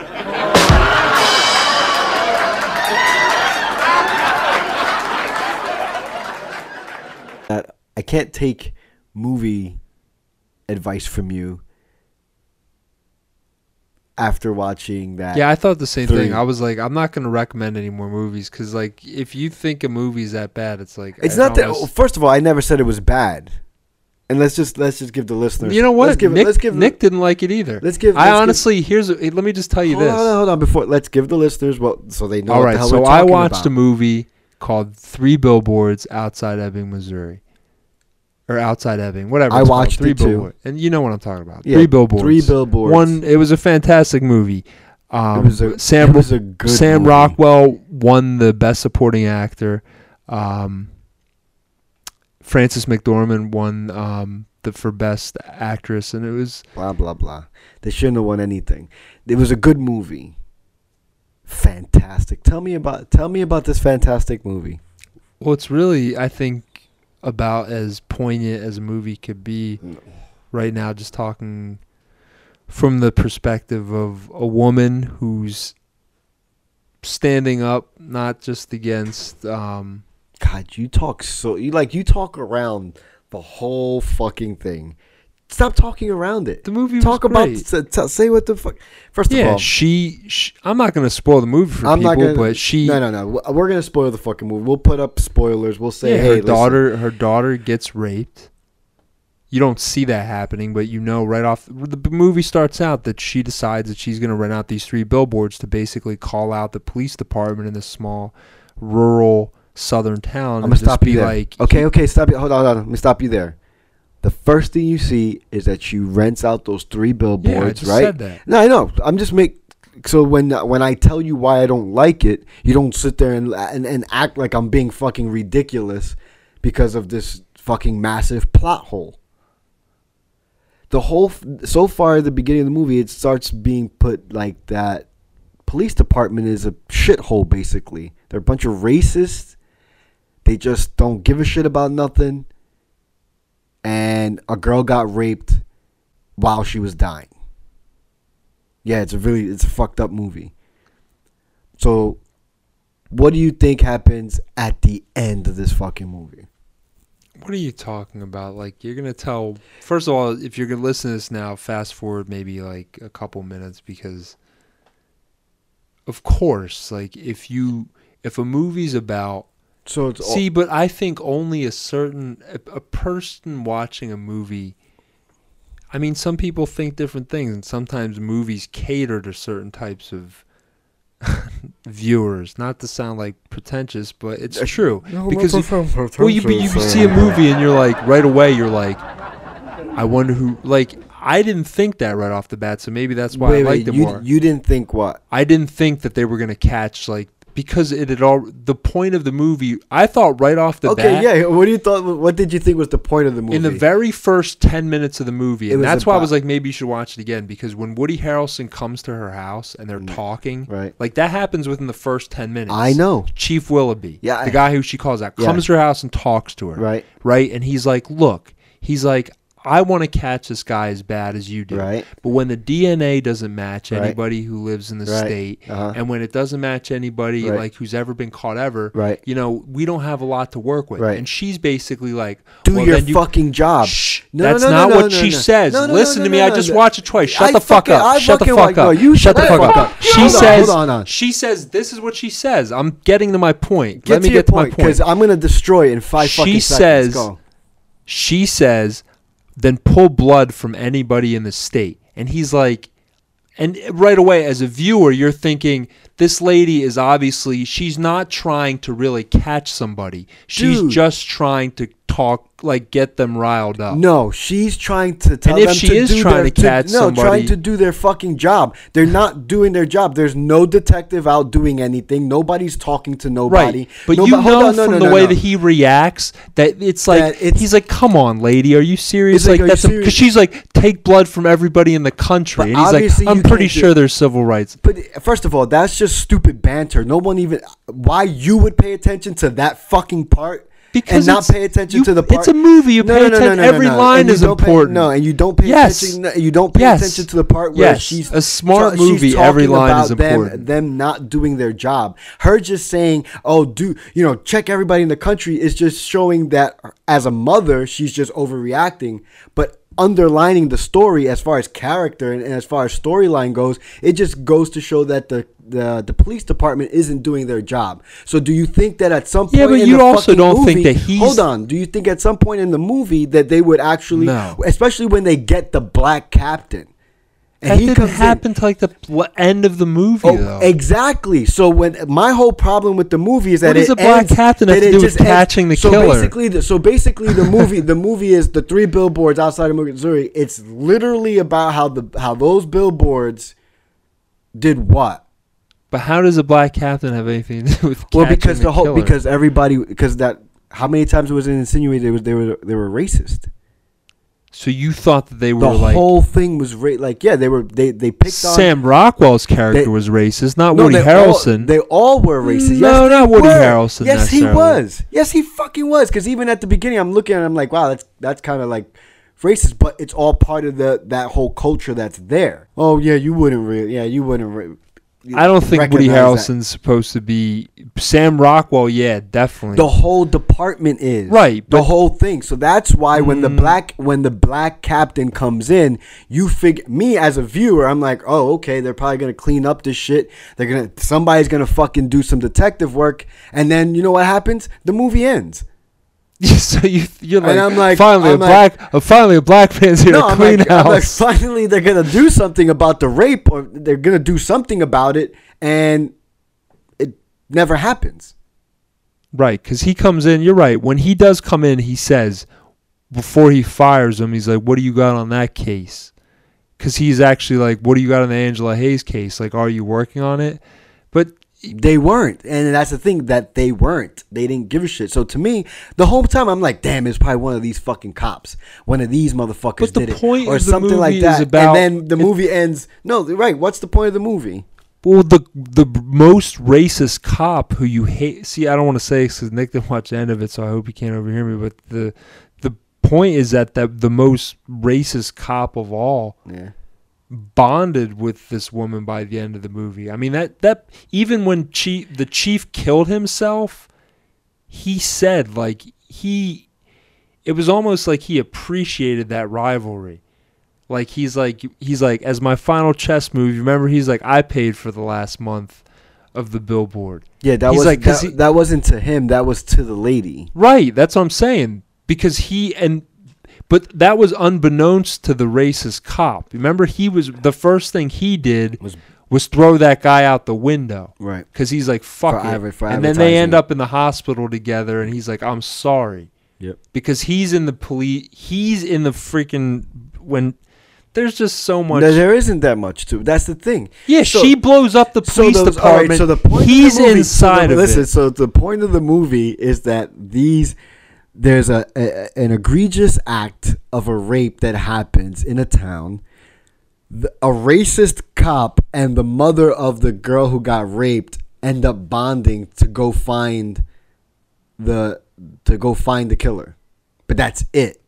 Speaker 5: that I can't take movie advice from you after watching that.
Speaker 4: yeah, I thought the same
Speaker 5: three.
Speaker 4: thing. I was like, I'm not gonna recommend any more movies because, like, if you think a movie's that bad, it's like
Speaker 5: it's
Speaker 4: I
Speaker 5: not that. oh,
Speaker 4: almost-
Speaker 5: First of all, I never said it was bad, and let's just let's just give the listeners.
Speaker 4: You know what?
Speaker 5: Let's give
Speaker 4: Nick,
Speaker 5: let's give
Speaker 4: Nick didn't like it either.
Speaker 5: Let's give-
Speaker 4: I
Speaker 5: let's give-
Speaker 4: honestly here's. a- eh, Let me just tell you
Speaker 5: Hold
Speaker 4: this.
Speaker 5: on, hold on. Before let's give the listeners what so they know.
Speaker 4: All
Speaker 5: what
Speaker 4: right,
Speaker 5: the hell
Speaker 4: so
Speaker 5: we're
Speaker 4: I
Speaker 5: talking
Speaker 4: watched
Speaker 5: about.
Speaker 4: a movie called Three Billboards Outside Ebbing, Missouri, or Outside Ebbing, whatever.
Speaker 5: I
Speaker 4: it's called,
Speaker 5: watched
Speaker 4: Three
Speaker 5: it, too.
Speaker 4: Billboards, and you know what I'm talking about.
Speaker 5: Yeah,
Speaker 4: three billboards.
Speaker 5: Three Billboards.
Speaker 4: One. It was a fantastic movie. Um,
Speaker 5: was a-
Speaker 4: Sam.
Speaker 5: it was a good
Speaker 4: Sam
Speaker 5: movie.
Speaker 4: Rockwell won the Best Supporting Actor. Um, Frances McDormand won um, the for Best Actress, and it was
Speaker 5: blah blah blah. They shouldn't have won anything. It was a good movie. Fantastic. Tell me about tell me about this fantastic movie.
Speaker 4: Well, it's really, I think, about as poignant as a movie could be right now, just talking from the perspective of a woman who's standing up, not just against. Um,
Speaker 5: God, you talk so you like you talk around the whole fucking thing. Stop talking around it. The
Speaker 4: movie
Speaker 5: talk
Speaker 4: was
Speaker 5: about
Speaker 4: great.
Speaker 5: s- t- say what the fuck. First of
Speaker 4: yeah,
Speaker 5: all,
Speaker 4: she, sh I'm not going to spoil the movie for
Speaker 5: I'm
Speaker 4: people,
Speaker 5: not gonna.
Speaker 4: but she.
Speaker 5: no, no, no. We- We're gonna spoil the fucking movie. We'll put up spoilers. We'll say,
Speaker 4: yeah,
Speaker 5: hey,
Speaker 4: her daughter, her daughter gets raped. You don't see that happening, but you know right off the b- movie starts out that she decides that she's going to rent out these three billboards to basically call out the police department in this small rural southern
Speaker 5: I'm
Speaker 4: town. and
Speaker 5: gonna
Speaker 4: just
Speaker 5: stop
Speaker 4: be
Speaker 5: you there.
Speaker 4: like,
Speaker 5: okay, okay, stop you. Hold on, hold on. Let me stop you there. The first thing you see is that she rents out those three billboards,
Speaker 4: just
Speaker 5: right?
Speaker 4: said that.
Speaker 5: No, I know. I'm just make so when when I tell you why I don't like it, you don't sit there and and, and act like I'm being fucking ridiculous because of this fucking massive plot hole. The whole f- so far at the beginning of the movie, it starts being put like that. Police department is a shithole basically. They're a bunch of racists. They just don't give a shit about nothing. And a girl got raped while she was dying. Yeah, it's a really it's a fucked up movie. So what do you think happens at the end of this fucking movie?
Speaker 4: What are you talking about? Like you're gonna tell. First of all, if you're gonna listen to this now, fast forward maybe like a couple minutes because, of course, like if you if a movie's about
Speaker 5: so it's
Speaker 4: all, see, but I think only a certain a, a person watching a movie. I mean, some people think different things, and sometimes movies cater to certain types of viewers. Not to sound like pretentious, but it's true
Speaker 2: Uh, No, not
Speaker 4: because
Speaker 2: to
Speaker 4: if-
Speaker 2: sound
Speaker 4: well, you, you
Speaker 2: pretentious,
Speaker 4: see a
Speaker 2: uh,
Speaker 4: movie and you're like right away you're like, I wonder who like. I didn't think that right off the bat, so maybe that's why
Speaker 5: Wait,
Speaker 4: I
Speaker 5: wait,
Speaker 4: liked it
Speaker 5: you-
Speaker 4: more.
Speaker 5: You didn't think what?
Speaker 4: I didn't think that they were gonna catch like because it had all the point of the movie. I thought right off the
Speaker 5: okay,
Speaker 4: bat,
Speaker 5: yeah. What do you thought? What did you think was the point of the movie?
Speaker 4: in the very first 10 minutes of the movie
Speaker 5: It
Speaker 4: and
Speaker 5: was
Speaker 4: that's why i
Speaker 5: about-
Speaker 4: was like maybe you should watch it again because when woody harrelson comes to her house and they're talking
Speaker 5: Mm. right
Speaker 4: like that happens within the first 10 minutes
Speaker 5: I know.
Speaker 4: chief willoughby
Speaker 5: Yeah, I-
Speaker 4: the guy who she calls out
Speaker 5: Yeah.
Speaker 4: comes to her house and talks to her
Speaker 5: Right.
Speaker 4: right and he's like look he's like i want to catch this guy as bad as you do
Speaker 5: Right.
Speaker 4: but when the dna doesn't match
Speaker 5: Right.
Speaker 4: anybody who lives in the
Speaker 5: Right.
Speaker 4: state
Speaker 5: Uh-huh.
Speaker 4: and when it doesn't match anybody
Speaker 5: Right.
Speaker 4: like who's ever been caught ever
Speaker 5: Right.
Speaker 4: you know we don't have a lot to work with
Speaker 5: Right.
Speaker 4: and she's basically like
Speaker 5: Do
Speaker 4: well,
Speaker 5: your
Speaker 4: then you-
Speaker 5: fucking job. No,
Speaker 4: that's
Speaker 5: no, no,
Speaker 4: not
Speaker 5: no,
Speaker 4: what
Speaker 5: no,
Speaker 4: she
Speaker 5: no.
Speaker 4: says.
Speaker 5: No, no,
Speaker 4: Listen
Speaker 5: no,
Speaker 4: to
Speaker 5: no,
Speaker 4: me.
Speaker 5: no,
Speaker 4: I just
Speaker 5: no.
Speaker 4: watched it twice. Shut
Speaker 5: I
Speaker 4: the fuck
Speaker 5: fucking-
Speaker 4: up.
Speaker 5: I
Speaker 4: shut the
Speaker 5: fucking
Speaker 4: fuck
Speaker 5: like-
Speaker 4: up.
Speaker 5: no, you
Speaker 4: shut the
Speaker 5: shut
Speaker 4: fuck
Speaker 5: the
Speaker 4: up.
Speaker 5: fuck up.
Speaker 4: She
Speaker 5: Hold on,
Speaker 4: says.
Speaker 5: hold on, hold on.
Speaker 4: She says. This is what she says. I'm getting to my point.
Speaker 5: Get
Speaker 4: Let me
Speaker 5: to your
Speaker 4: get to
Speaker 5: point
Speaker 4: my point.
Speaker 5: because I'm gonna destroy it in five
Speaker 4: she
Speaker 5: fucking seconds.
Speaker 4: says.
Speaker 5: Go.
Speaker 4: She says. Then pull blood from anybody in the state, and he's like. And right away, as a viewer, you're thinking this lady is obviously she's not trying to really catch somebody. She's
Speaker 5: Dude.
Speaker 4: just trying to talk, like get them riled up.
Speaker 5: No, she's trying to tell
Speaker 4: Oh. And if
Speaker 5: them
Speaker 4: she
Speaker 5: to
Speaker 4: is
Speaker 5: do
Speaker 4: trying
Speaker 5: their,
Speaker 4: to catch
Speaker 5: no, trying
Speaker 4: somebody-
Speaker 5: to do their fucking job. They're not doing their job. There's no detective out doing anything. Nobody's talking to nobody.
Speaker 4: Right, but
Speaker 5: Nobo-
Speaker 4: you
Speaker 5: hold
Speaker 4: know
Speaker 5: on, no,
Speaker 4: from
Speaker 5: no,
Speaker 4: the
Speaker 5: no,
Speaker 4: way
Speaker 5: no.
Speaker 4: that he reacts that it's like
Speaker 5: That it's-
Speaker 4: he's like, "Come on, lady, are you serious?"
Speaker 5: It's like,
Speaker 4: Like,
Speaker 5: are you
Speaker 4: that's
Speaker 5: serious?
Speaker 4: because she's like, "Take blood from everybody in the country," and he's
Speaker 5: obviously
Speaker 4: like, "I'm
Speaker 5: you
Speaker 4: pretty
Speaker 5: can't do-
Speaker 4: sure there's civil rights."
Speaker 5: But first of all, that's just stupid banter. No one even why you would pay attention to that fucking part and
Speaker 4: Because
Speaker 5: not
Speaker 4: it's-
Speaker 5: pay attention
Speaker 4: you-
Speaker 5: to the
Speaker 4: it's
Speaker 5: part.
Speaker 4: a movie, you pay atten- every line
Speaker 5: And you
Speaker 4: is
Speaker 5: don't pay-
Speaker 4: important.
Speaker 5: no, and you don't pay
Speaker 4: Yes.
Speaker 5: attention. no, You don't pay
Speaker 4: Yes.
Speaker 5: attention to the part where
Speaker 4: Yes.
Speaker 5: she's
Speaker 4: A smart
Speaker 5: so- she's
Speaker 4: movie, every
Speaker 5: talking
Speaker 4: line is
Speaker 5: about them-
Speaker 4: important.
Speaker 5: Them not doing their job. Her just saying, "Oh, do you know? Check everybody in the country." Is just showing that as a mother, she's just overreacting, but underlining the story as far as character and, and as far as storyline goes, it just goes to show that the, the the police department isn't doing their job. So do you think that at some point
Speaker 4: Yeah, but
Speaker 5: in
Speaker 4: you
Speaker 5: the
Speaker 4: also
Speaker 5: fucking
Speaker 4: don't think
Speaker 5: movie-
Speaker 4: that he's-
Speaker 5: Hold on. Do you think at some point in the movie that they would actually
Speaker 4: No.
Speaker 5: especially when they get the black captain and
Speaker 4: that
Speaker 5: he
Speaker 4: didn't
Speaker 5: comes in-
Speaker 4: happen to like the pl- end of the movie, though.
Speaker 5: Oh, Exactly. So when my whole problem with the movie is
Speaker 4: What
Speaker 5: that
Speaker 4: does
Speaker 5: it
Speaker 4: a black
Speaker 5: ends-
Speaker 4: captain have
Speaker 5: that
Speaker 4: to
Speaker 5: it
Speaker 4: do with
Speaker 5: just ends-
Speaker 4: catching the
Speaker 5: so
Speaker 4: killer?
Speaker 5: Basically the, so basically, the movie the movie is the three billboards outside of Missouri. It's literally about how the how those billboards did what.
Speaker 4: But how does a black captain have anything to do with?
Speaker 5: Well,
Speaker 4: catching
Speaker 5: because the, whole
Speaker 4: killer?
Speaker 5: because everybody because that how many times it was insinuated they was they were they were racist.
Speaker 4: So you thought that they were
Speaker 5: the
Speaker 4: like
Speaker 5: whole thing was ra- like yeah they were they they picked
Speaker 4: Sam
Speaker 5: on
Speaker 4: Rockwell's character was racist, not
Speaker 5: No,
Speaker 4: Woody
Speaker 5: they
Speaker 4: Harrelson.
Speaker 5: all, they all were racist
Speaker 4: No,
Speaker 5: yes, they
Speaker 4: not Woody
Speaker 5: were.
Speaker 4: Harrelson
Speaker 5: yes he
Speaker 4: necessarily.
Speaker 5: was yes he fucking was because even at the beginning I'm looking at it, I'm like wow that's that's kind of like racist but it's all part of the that whole culture that's there oh yeah you wouldn't re- yeah you wouldn't re-
Speaker 4: I don't think Woody
Speaker 5: recognize that.
Speaker 4: Harrelson's supposed to be Sam Rockwell. Yeah, definitely.
Speaker 5: The whole department is
Speaker 4: Right,
Speaker 5: The
Speaker 4: but- Mm.
Speaker 5: whole thing. So that's why when the black when the black captain comes in, you figure me as a viewer, I'm like, oh, okay, they're probably gonna clean up this shit. They're gonna somebody's gonna fucking do some detective work, and then you know what happens? The movie ends.
Speaker 4: so you you're
Speaker 5: And
Speaker 4: like,
Speaker 5: I'm like-
Speaker 4: finally
Speaker 5: I'm
Speaker 4: a
Speaker 5: like-
Speaker 4: black, uh, finally a black man's here to
Speaker 5: I'm
Speaker 4: clean
Speaker 5: like, I'm like,
Speaker 4: house.
Speaker 5: finally they're gonna do something about the rape, or they're gonna do something about it, and it never happens.
Speaker 4: Right, because he comes in. You're right. When he does come in, he says before he fires him, he's like, "What do you got on that case?" Because he's actually like, "What do you got on the Angela Hayes case? Like, are you working on it?" But
Speaker 5: they weren't and that's the thing that they weren't they didn't give a shit so to me the whole time i'm like damn it's probably one of these fucking cops one of these motherfuckers
Speaker 4: But the
Speaker 5: did
Speaker 4: point
Speaker 5: it or
Speaker 4: of the
Speaker 5: something
Speaker 4: movie
Speaker 5: like
Speaker 4: is
Speaker 5: that
Speaker 4: about-
Speaker 5: and then the movie ends no right what's the point of the movie
Speaker 4: Well, the the most racist cop who you hate. See, I don't want to say because Nick didn't watch the end of it, so I hope he can't overhear me. But the the point is that the the most racist cop of all
Speaker 5: Yeah.
Speaker 4: bonded with this woman by the end of the movie. I mean that that even when chief the chief killed himself, he said like he it was almost like he appreciated that rivalry. Like he's like he's like as my final chess move. Remember, he's like I paid for the last month of the billboard.
Speaker 5: yeah that
Speaker 4: he's
Speaker 5: was
Speaker 4: like, 'cause
Speaker 5: that, that wasn't to him that was to the lady
Speaker 4: Right, that's what I'm saying. Because he and but that was unbeknownst to the racist cop. Remember, he was the first thing he did was, throw that guy out the window.
Speaker 5: Right.
Speaker 4: Because he's like, fuck
Speaker 5: For
Speaker 4: it.
Speaker 5: adver- for
Speaker 4: and then they end
Speaker 5: advertising.
Speaker 4: up in the hospital together and he's like, I'm sorry.
Speaker 5: Yep.
Speaker 4: Because he's in the police he's in the freaking when there's just so much
Speaker 5: No, there isn't that much to that's the thing
Speaker 4: Yeah,
Speaker 5: So-
Speaker 4: she blows up the
Speaker 5: so
Speaker 4: police
Speaker 5: those- all
Speaker 4: department.
Speaker 5: right, so the point of the
Speaker 4: he's
Speaker 5: movie-
Speaker 4: inside
Speaker 5: so the-
Speaker 4: of
Speaker 5: listen,
Speaker 4: it.
Speaker 5: So the point of the movie is that these there's a, a an egregious act of a rape that happens in a town. The, a racist cop and the mother of the girl who got raped end up bonding to go find the to go find the killer. But that's it.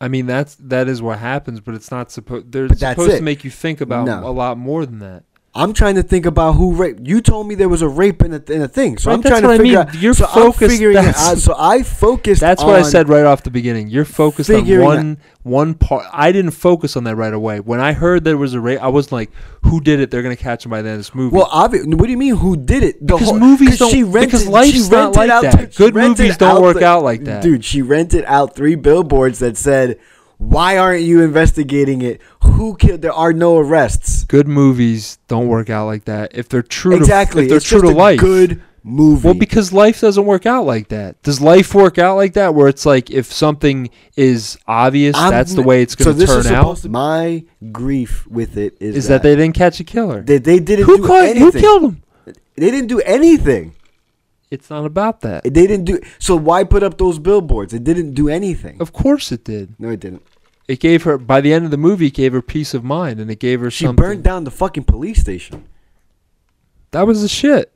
Speaker 4: I mean that's that is what happens, but it's not supposed. They're supposed
Speaker 5: it.
Speaker 4: to make you think about
Speaker 5: No.
Speaker 4: a lot more than that.
Speaker 5: I'm trying to think about who raped. You told me there was a rape in a, in a thing, so
Speaker 4: Right,
Speaker 5: I'm
Speaker 4: that's
Speaker 5: trying to
Speaker 4: what I
Speaker 5: figure
Speaker 4: mean.
Speaker 5: out.
Speaker 4: You're
Speaker 5: so I'm
Speaker 4: focused-
Speaker 5: figuring it
Speaker 4: that's-
Speaker 5: out. So I focused.
Speaker 4: That's what I
Speaker 5: on-
Speaker 4: said right off the beginning. You're focused on
Speaker 5: Figuring
Speaker 4: one one part. I didn't focus on that right away. When I heard there was a rape, I was like, "Who did it? They're gonna catch him by the end of this movie."
Speaker 5: Well, obviously, what do you mean? Who did it? The
Speaker 4: Because movies don't- because life's not like that. Good
Speaker 5: rented
Speaker 4: movies don't work
Speaker 5: the-
Speaker 4: out like that.
Speaker 5: dude. She rented out three billboards that said, "Why aren't you investigating it? Who killed? There are no arrests."
Speaker 4: good movies don't work out like that. If they're true,
Speaker 5: Exactly.
Speaker 4: To, if they're
Speaker 5: It's
Speaker 4: true
Speaker 5: just a
Speaker 4: to life.
Speaker 5: good movie.
Speaker 4: Well, because life doesn't work out like that. Does life work out like that? Where it's like if something is obvious,
Speaker 5: I'm-
Speaker 4: that's the way it's
Speaker 5: so
Speaker 4: gonna
Speaker 5: this is
Speaker 4: turn out.
Speaker 5: supposed to- my grief with it is,
Speaker 4: Is that, they didn't catch a killer?
Speaker 5: they they didn't
Speaker 4: Who
Speaker 5: do
Speaker 4: caught- who
Speaker 5: anything.
Speaker 4: killed him?
Speaker 5: They didn't do anything.
Speaker 4: It's not about that.
Speaker 5: They didn't do so. Why put up those billboards? It didn't do anything.
Speaker 4: Of course it did.
Speaker 5: No, it didn't.
Speaker 4: It gave her by the end of the movie, it gave her peace of mind, and it gave her
Speaker 5: She
Speaker 4: something.
Speaker 5: burned down the fucking police station.
Speaker 4: That was the shit.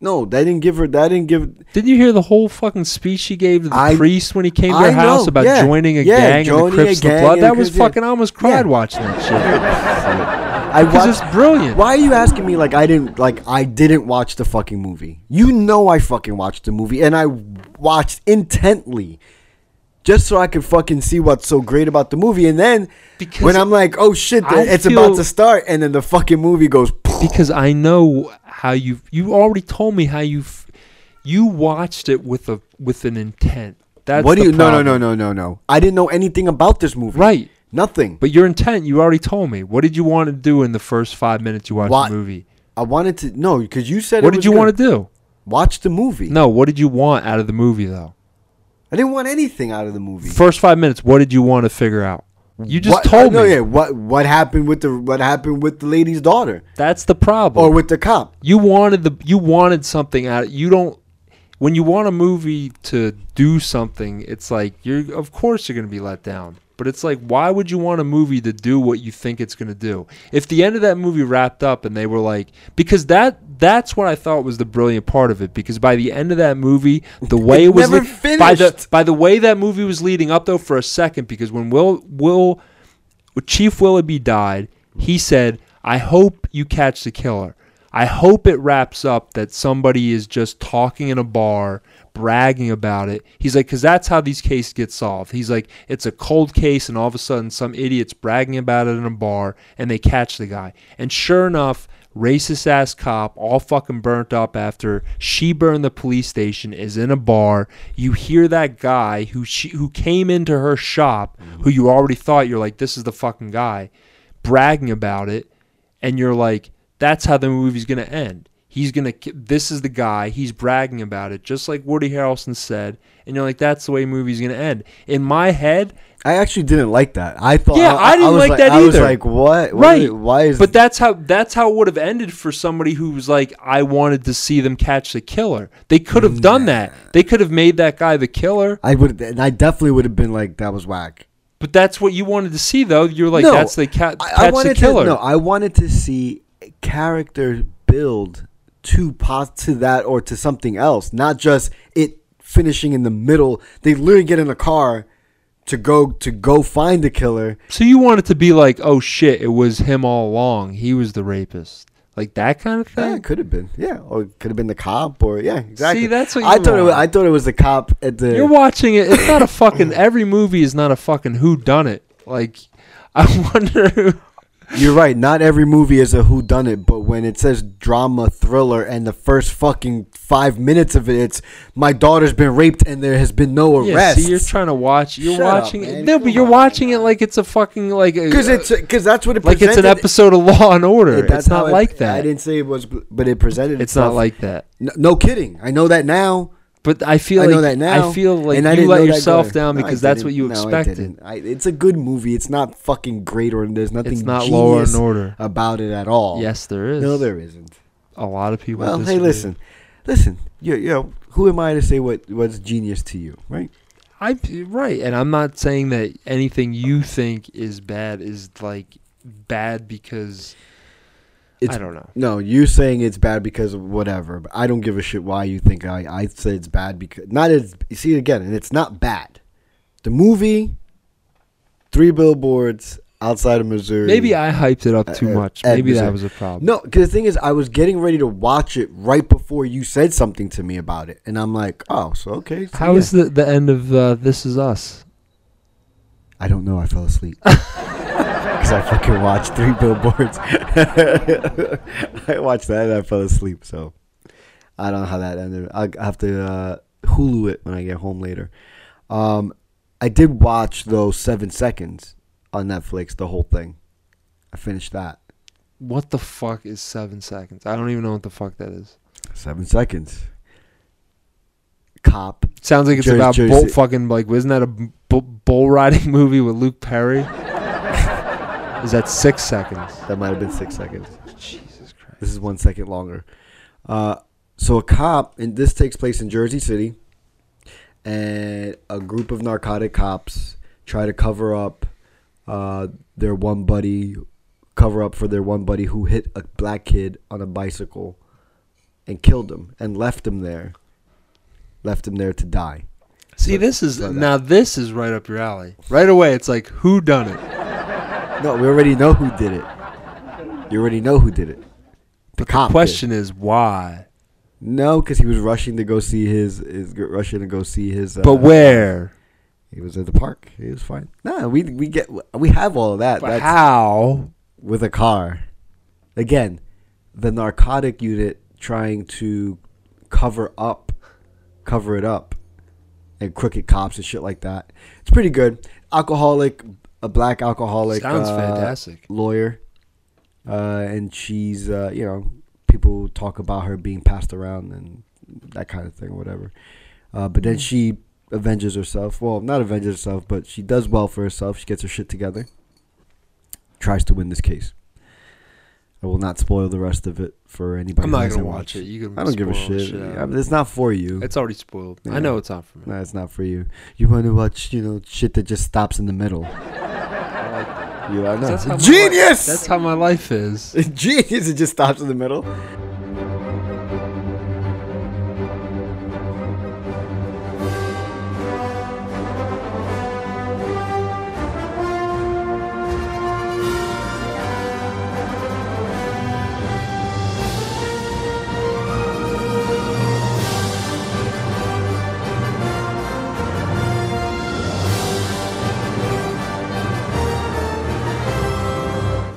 Speaker 5: No, that didn't give her. That didn't give.
Speaker 4: Didn't you hear the whole fucking speech she gave to the
Speaker 5: I-
Speaker 4: priest when he came to
Speaker 5: I
Speaker 4: her house
Speaker 5: know,
Speaker 4: about
Speaker 5: yeah,
Speaker 4: joining a
Speaker 5: yeah,
Speaker 4: gang and
Speaker 5: joining
Speaker 4: the
Speaker 5: a
Speaker 4: Crips and the
Speaker 5: gang
Speaker 4: Blood?
Speaker 5: and
Speaker 4: That
Speaker 5: the
Speaker 4: was
Speaker 5: Crips, yeah.
Speaker 4: fucking. I almost cried watching that shit.
Speaker 5: I
Speaker 4: Because
Speaker 5: watched.
Speaker 4: it's brilliant.
Speaker 5: Why are you asking me like I didn't like I didn't watch the fucking movie? You know I fucking watched the movie and I watched intently. Just so I could fucking see what's so great about the movie, and then when I'm like, "Oh shit,
Speaker 4: I
Speaker 5: it's
Speaker 4: feel-
Speaker 5: about to start," and then the fucking movie goes.
Speaker 4: because I know how you. You already told me how you. f- You watched it with a with an intent. That's
Speaker 5: what do
Speaker 4: the
Speaker 5: you? No, no,
Speaker 4: problem.
Speaker 5: no, no, no, no. I didn't know anything about this movie.
Speaker 4: Right.
Speaker 5: Nothing.
Speaker 4: But your intent, you already told me. What did you want to do in the first five minutes you watched
Speaker 5: Why-
Speaker 4: the movie?
Speaker 5: I wanted to no because you said.
Speaker 4: What
Speaker 5: it
Speaker 4: did
Speaker 5: was
Speaker 4: you
Speaker 5: good.
Speaker 4: want to do?
Speaker 5: Watch the movie.
Speaker 4: No, what did you want out of the movie though?
Speaker 5: I didn't want anything out of the movie.
Speaker 4: First five minutes, what did you want to figure out? You just
Speaker 5: What-
Speaker 4: told
Speaker 5: no,
Speaker 4: me.
Speaker 5: yeah. What what happened with the what happened with the lady's daughter
Speaker 4: That's the problem.
Speaker 5: or with the cop?
Speaker 4: you wanted the you wanted something out. You don't. when you want a movie to do something, it's like you're of course you're going to be let down. But it's like why would you want a movie to do what you think it's going to do? If the end of that movie wrapped up and they were like because that that's what I thought was the brilliant part of it because by the end of that movie, the way it was
Speaker 5: never
Speaker 4: lea- by the by the way that movie was leading up though for a second because when Will Will Chief Willoughby died, he said, I hope you catch the killer. I hope it wraps up that somebody is just talking in a bar, bragging about it. He's like, because that's how these cases get solved. He's like, it's a cold case, and all of a sudden, some idiot's bragging about it in a bar, and they catch the guy. And sure enough, racist ass cop, all fucking burnt up after she burned the police station, is in a bar. You hear that guy who she who came into her shop, who you already thought you're like, this is the fucking guy, bragging about it, and you're like, that's how the movie's gonna end. He's gonna. ki- This is the guy. He's bragging about it, just like Woody Harrelson said. And you're like, that's the way movie's gonna end. In my head,
Speaker 5: I actually didn't like that. I thought.
Speaker 4: yeah, I, didn't
Speaker 5: was
Speaker 4: like, that either.
Speaker 5: I was like, what? What
Speaker 4: right?
Speaker 5: is- Why is?
Speaker 4: but that's how that's how it would have ended for somebody who was like, I wanted to see them catch the killer. They could have done that. They could have made that guy the killer.
Speaker 5: I would. And I definitely would have been like, that was whack.
Speaker 4: But that's what you wanted to see, though. You're like,
Speaker 5: No,
Speaker 4: that's the ca-
Speaker 5: I- I
Speaker 4: catch the
Speaker 5: wanted to-
Speaker 4: killer.
Speaker 5: no, I wanted to see character build to pos- to that or to something else, not just it finishing in the middle. They literally get in a car to go to go find the killer.
Speaker 4: So you want it to be like, oh shit, it was him all along. He was the rapist, like that kind of thing.
Speaker 5: Yeah, it could have been. Yeah, or it could have been the cop, or yeah, exactly.
Speaker 4: See, that's what
Speaker 5: I
Speaker 4: you
Speaker 5: thought. It was,
Speaker 4: want.
Speaker 5: I thought it was the cop at the.
Speaker 4: You're watching it. It's not a fucking. Every movie is not a fucking who done it. Like, I wonder.
Speaker 5: You're right. Not every movie is a whodunit, but when it says drama thriller and the first fucking five minutes of it, it's my daughter's been raped and there has been no
Speaker 4: Yeah,
Speaker 5: arrest.
Speaker 4: see, you're trying to watch. You're
Speaker 5: Shut up,
Speaker 4: watching
Speaker 5: man.
Speaker 4: it. No, but you're watching it like it's a fucking like a-
Speaker 5: Because it's because that's what it
Speaker 4: uh, like it's an
Speaker 5: presented-
Speaker 4: episode of Law and Order.
Speaker 5: It- that's
Speaker 4: it's not
Speaker 5: how it-
Speaker 4: like that.
Speaker 5: I didn't say it was, but it presented.
Speaker 4: It's not
Speaker 5: itself.
Speaker 4: like that.
Speaker 5: No, no kidding. I know that now.
Speaker 4: But I feel
Speaker 5: I know
Speaker 4: like-
Speaker 5: that now.
Speaker 4: I feel like
Speaker 5: and I
Speaker 4: you
Speaker 5: didn't
Speaker 4: let
Speaker 5: know that
Speaker 4: yourself
Speaker 5: going-
Speaker 4: down
Speaker 5: No, I
Speaker 4: because that's what
Speaker 5: didn't.
Speaker 4: you
Speaker 5: No, I
Speaker 4: expected.
Speaker 5: didn't. I- it's a good movie. It's not fucking great or there's nothing.
Speaker 4: It's not Law and
Speaker 5: genius
Speaker 4: Order.
Speaker 5: about it at all.
Speaker 4: Yes, there is.
Speaker 5: No, there isn't.
Speaker 4: A lot of people.
Speaker 5: Well, hey,
Speaker 4: disagree.
Speaker 5: listen, listen. You, you know, who am I to say what what's genius to you, right?
Speaker 4: I right, and I'm not saying that anything you think is bad is like bad because
Speaker 5: It's,
Speaker 4: I don't know.
Speaker 5: No, you saying it's bad because of whatever. But I don't give a shit why you think I I say it's bad because not as you see again, and it's not bad. The movie, three billboards outside of Missouri.
Speaker 4: Maybe I hyped it up too
Speaker 5: uh,
Speaker 4: much.
Speaker 5: at
Speaker 4: Maybe that
Speaker 5: Missouri.
Speaker 4: was a problem.
Speaker 5: No, because the thing is, I was getting ready to watch it right before you said something to me about it, and I'm like, oh, so okay. so
Speaker 4: How
Speaker 5: yeah.
Speaker 4: is the the end of uh, This Is Us?
Speaker 5: I don't know. I fell asleep because I fucking watched Three Billboards. I watched that and I fell asleep. So I don't know how that ended. I have to uh, Hulu it when I get home later. Um, I did watch though Seven Seconds on Netflix, the whole thing. I finished that.
Speaker 4: What the fuck is seven seconds? I don't even know what the fuck that is.
Speaker 5: Seven Seconds. Cop.
Speaker 4: Sounds like it's
Speaker 5: Jer-
Speaker 4: about
Speaker 5: Jersey-
Speaker 4: bull fucking like wasn't that a bu- bull riding movie with Luke Perry? is that six seconds?
Speaker 5: That might have been six seconds. Jesus Christ. This is one second longer. Uh, so a cop, and this takes place in Jersey City, and a group of narcotic cops try to cover up uh, their one buddy, cover up for their one buddy who hit a black kid on a bicycle and killed him and left him there, left him there to die.
Speaker 4: See, this is now this is right up your alley. Right away, it's like who done it?
Speaker 5: No, we already know who did it. You already know who did it. The cop.
Speaker 4: question is why.
Speaker 5: No, because he was rushing to go see his is rushing to go see his. Uh,
Speaker 4: But where?
Speaker 5: He was at the park. He was fine. No, we we get we have all of that.
Speaker 4: But how?
Speaker 5: With a car. Again, the narcotic unit trying to cover up, cover it up, and crooked cops and shit like that. It's pretty good. Alcoholic, a black alcoholic.
Speaker 4: Sounds
Speaker 5: uh,
Speaker 4: fantastic.
Speaker 5: Lawyer, uh, and she's uh, you know people talk about her being passed around and that kind of thing or whatever. Uh, but then she avenges herself. Well, not avenges herself, but she does well for herself. She gets her shit together. Tries to win this case. I will not spoil the rest of it for anybody.
Speaker 4: I'm
Speaker 5: who
Speaker 4: not
Speaker 5: hasn't
Speaker 4: gonna watch
Speaker 5: watched
Speaker 4: it. You can
Speaker 5: I don't give a
Speaker 4: spoil the
Speaker 5: shit.
Speaker 4: shit out
Speaker 5: I
Speaker 4: of
Speaker 5: mean,
Speaker 4: it.
Speaker 5: it's not for you.
Speaker 4: It's already spoiled. I know it's not for me.
Speaker 5: No, it's not for you. You want to watch, you know, shit that just stops in the middle. You are
Speaker 4: 'Cause
Speaker 5: not
Speaker 4: that's how my
Speaker 5: genius.
Speaker 4: life- that's how my life is.
Speaker 5: genius. It just stops in the middle.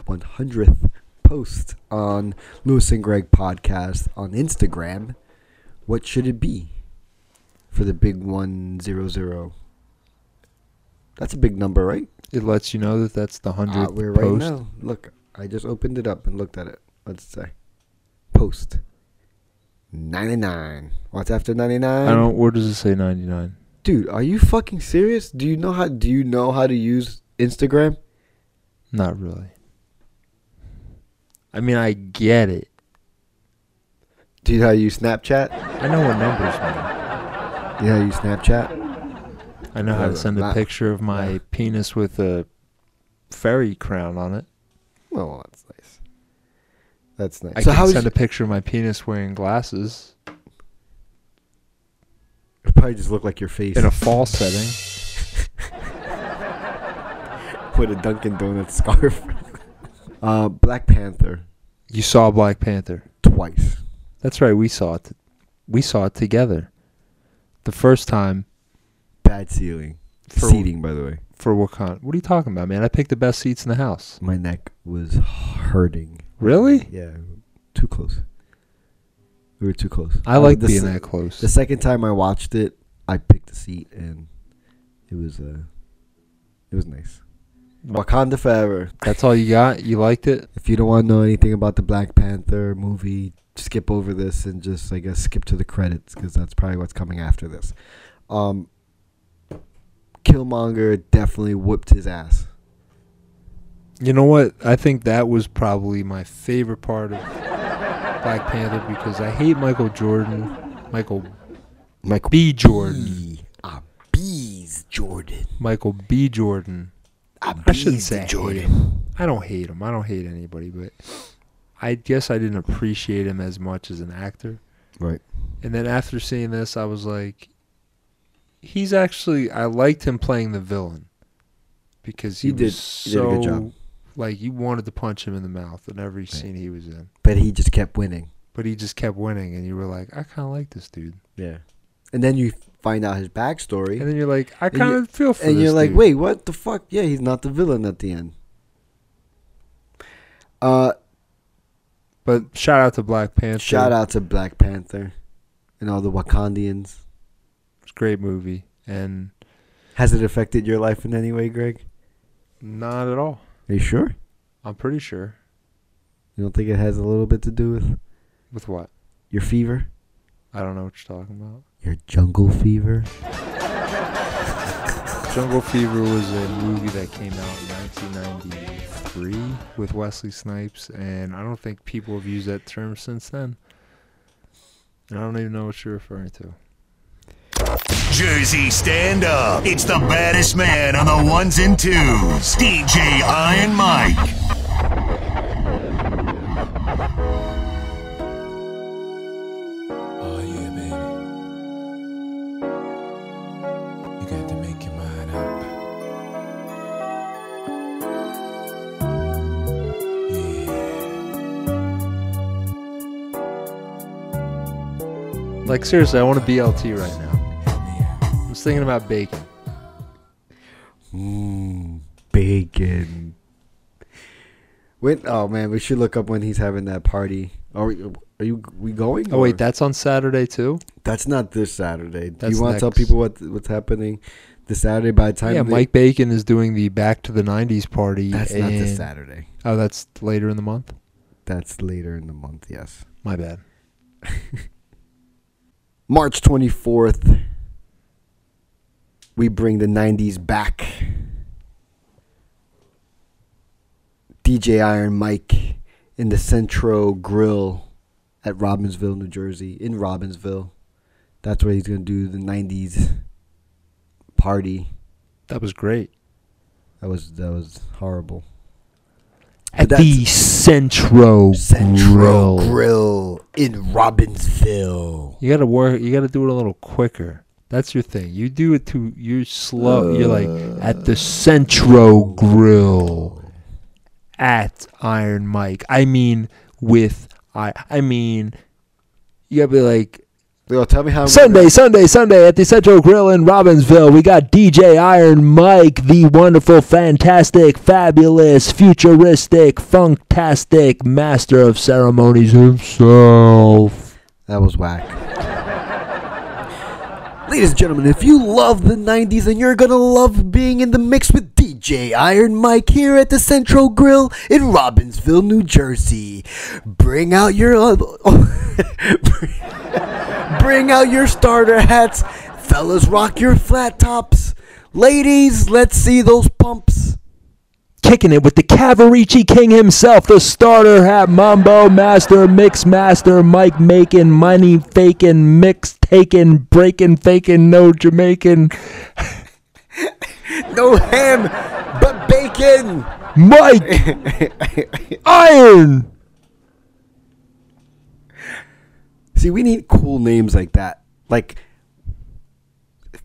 Speaker 5: One hundredth post on Lewis and Greg podcast on Instagram. What should it be for the big one zero zero? That's a big number, right?
Speaker 4: It lets you know that that's the
Speaker 5: Uh,
Speaker 4: hundredth
Speaker 5: we're right
Speaker 4: post.
Speaker 5: now. Look, I just opened it up and looked at it. Let's say post ninety nine. What's after ninety nine?
Speaker 4: I don't. Where does it say ninety nine?
Speaker 5: Dude, are you fucking serious? Do you know how? Do you know how to use Instagram?
Speaker 4: Not really. I mean, I get it.
Speaker 5: Do you know how to use Snapchat? I
Speaker 4: know what numbers mean.
Speaker 5: You know how to use Snapchat?
Speaker 4: I know how
Speaker 5: Uh,
Speaker 4: to send a
Speaker 5: not-
Speaker 4: picture of my penis with a fairy crown on it.
Speaker 5: Well, that's nice. That's nice.
Speaker 4: I
Speaker 5: so
Speaker 4: can
Speaker 5: how is
Speaker 4: send a picture of my penis wearing glasses
Speaker 5: it probably just look like your face
Speaker 4: in a fall setting.
Speaker 5: with a Dunkin' Donuts scarf. uh, Black Panther
Speaker 4: You saw Black Panther.
Speaker 5: twice.
Speaker 4: That's right. We saw it. We saw it together. The first time
Speaker 5: Bad ceiling.
Speaker 4: For-
Speaker 5: Seating, by the way.
Speaker 4: for Wakanda. What are you talking about, man? I picked the best seats in the house.
Speaker 5: My neck was hurting.
Speaker 4: Really?
Speaker 5: Yeah, too close. We were too close. Uh,
Speaker 4: I like
Speaker 5: the
Speaker 4: being
Speaker 5: se-
Speaker 4: that close.
Speaker 5: The second time I watched it, I picked a seat and it was uh, it was nice. Wakanda forever.
Speaker 4: That's all you got. You liked it.
Speaker 5: If you don't want to know anything about the Black Panther movie, skip over this and just I guess skip to the credits because that's probably what's coming after this. Um, Killmonger definitely whooped his ass.
Speaker 4: You know what? I think that was probably my favorite part of Black Panther because I hate Michael Jordan. Michael,
Speaker 5: Michael
Speaker 4: B. Jordan.
Speaker 5: Ah, bees, Jordan.
Speaker 4: Michael B. Jordan.
Speaker 5: I,
Speaker 4: shouldn't
Speaker 5: bees,
Speaker 4: say I hate
Speaker 5: Jordan.
Speaker 4: him. I don't hate him. I don't hate anybody, but I guess I didn't appreciate him as much as an actor.
Speaker 5: Right.
Speaker 4: And then after seeing this, I was like, he's actually. I liked him playing the villain because he,
Speaker 5: He did-
Speaker 4: was
Speaker 5: he did a good
Speaker 4: so-
Speaker 5: job.
Speaker 4: Like you wanted to punch him in the mouth in every scene he was in,
Speaker 5: But he just kept winning.
Speaker 4: but he just kept winning, and you were like, I kind of like this dude.
Speaker 5: Yeah. And then you find out his backstory.
Speaker 4: And then you're like, I
Speaker 5: And you-
Speaker 4: kind of feel for.
Speaker 5: And
Speaker 4: this
Speaker 5: you're like,
Speaker 4: dude.
Speaker 5: wait, what the fuck? Yeah, he's not the villain at the end. Uh,
Speaker 4: But shout out to Black Panther.
Speaker 5: shout out to Black Panther and all the Wakandians.
Speaker 4: It's a great movie, and
Speaker 5: Has it affected your life in any way, Greg?
Speaker 4: not at all.
Speaker 5: Are you sure?
Speaker 4: I'm pretty sure.
Speaker 5: You don't think it has a little bit to do with
Speaker 4: With what?
Speaker 5: your fever,
Speaker 4: I don't know what you're talking about.
Speaker 5: your jungle fever?
Speaker 4: Jungle Fever was a movie that came out in 1993 with Wesley Snipes, and I don't think people have used that term since then. And I don't even know what you're referring to.
Speaker 17: Jersey, stand up. It's the baddest man on the ones and twos. DJ Iron Mike.
Speaker 2: Oh yeah, baby. You got to make your mind up.
Speaker 4: Like, seriously, I want a BLT right now. I was thinking about bacon.
Speaker 5: Mmm, bacon. When? Oh man, we should look up when he's having that party. Are we? Are you? We going?
Speaker 4: Oh, wait,
Speaker 5: or-
Speaker 4: that's on Saturday, too?
Speaker 5: That's not this Saturday. Do
Speaker 4: That's
Speaker 5: you want to tell
Speaker 4: next.
Speaker 5: people what what's happening this Saturday? By the time
Speaker 4: Yeah,
Speaker 5: they-
Speaker 4: Mike Bacon is doing the Back to the 90s party.
Speaker 5: That's not this
Speaker 4: and-
Speaker 5: Saturday.
Speaker 4: Oh, that's later in the month?
Speaker 5: That's later in the month. Yes,
Speaker 4: My bad.
Speaker 5: March twenty fourth. We bring the '90s back. DJ Iron Mike in the Centro Grill at Robbinsville, New Jersey, in Robbinsville. That's where he's going to do the 90s party.
Speaker 4: That was great.
Speaker 5: That was that was horrible.
Speaker 4: At
Speaker 5: But
Speaker 4: the
Speaker 5: that's-
Speaker 4: Centro,
Speaker 5: Centro
Speaker 4: Grill.
Speaker 5: Grill in Robbinsville.
Speaker 4: You gotta work. You gotta do it a little quicker. That's your thing. You do it too. You're slow. you're like at the Centro Grill, at Iron Mike. I mean, with I. I mean, you gotta be like.
Speaker 5: Yo, tell me how
Speaker 4: Sunday, Sunday, Sunday at the Central Grill in Robbinsville. We got DJ Iron Mike, the wonderful, fantastic, fabulous, futuristic, funktastic master of ceremonies himself.
Speaker 5: That was whack. Ladies and gentlemen, if you love the 90s and you're gonna love being in the mix with DJ Iron Mike here at the Central Grill in Robbinsville, New Jersey, bring out your bring out your starter hats, fellas, rock your flat tops, ladies, let's see those pumps.
Speaker 4: Kicking it with the Cavarici King himself, the starter hat mambo master, mix master, Mike making, money faking, mix taking, breaking, faking, no Jamaican.
Speaker 5: No ham, but bacon.
Speaker 4: Mike! Iron!
Speaker 5: See, we need cool names like that. Like,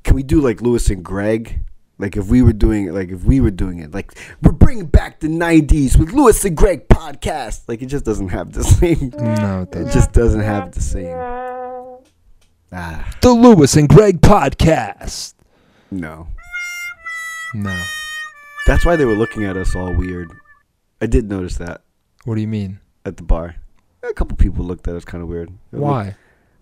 Speaker 5: can we do like Lewis and Greg? Like if we were doing it, like if we were doing it, like we're bringing back the '90s with Lewis and Greg podcast. Like it just doesn't have the same.
Speaker 4: No, it
Speaker 5: it just doesn't have the same. Ah,
Speaker 4: The Lewis and Greg podcast.
Speaker 5: no.
Speaker 4: No.
Speaker 5: That's why they were looking at us all weird. I did notice that
Speaker 4: What do you mean?
Speaker 5: at the bar. A couple people looked at us kind of weird. It
Speaker 4: Why?
Speaker 5: looked-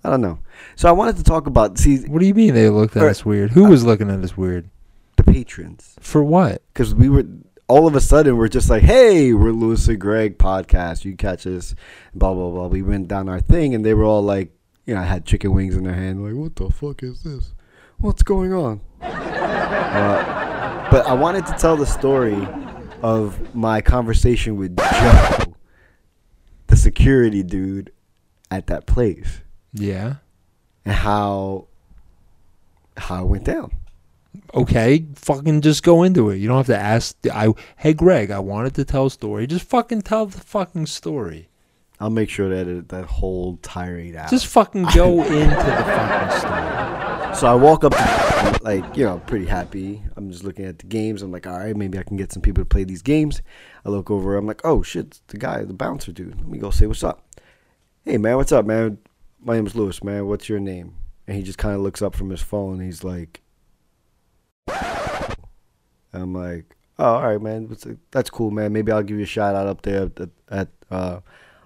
Speaker 5: I don't know. So I wanted to talk about see
Speaker 4: What do you mean they looked at
Speaker 5: Alright.
Speaker 4: us weird? Who was looking at us weird?
Speaker 5: the patrons
Speaker 4: For what?
Speaker 5: because we were all of a sudden we're just like, hey, we're Lewis and Greg podcast. You catch us, blah blah blah. We went down our thing, and they were all like, you know, I had chicken wings in their hand, like, what the fuck is this? What's going on? uh, but I wanted to tell the story of my conversation with Joe, the security dude at that place,
Speaker 4: Yeah.
Speaker 5: and how how it went down.
Speaker 4: Okay, fucking just go into it. You don't have to ask. I hey Greg, I wanted to tell a story. Just fucking tell the fucking story.
Speaker 5: I'll make sure to edit that whole tirade out.
Speaker 4: Just fucking go into the fucking story.
Speaker 5: So I walk up, to, like, you know, pretty happy. I'm just looking at the games. I'm like, all right, maybe I can get some people to play these games. I look over. I'm like, oh, shit, it's the guy, the bouncer dude. Let me go say what's up. Hey, man, what's up, man? My name's Lewis, man. What's your name? And he just kind of looks up from his phone. he's like, I'm like, oh, all right, man. What's that's cool, man. Maybe I'll give you a shout out up there at, at uh,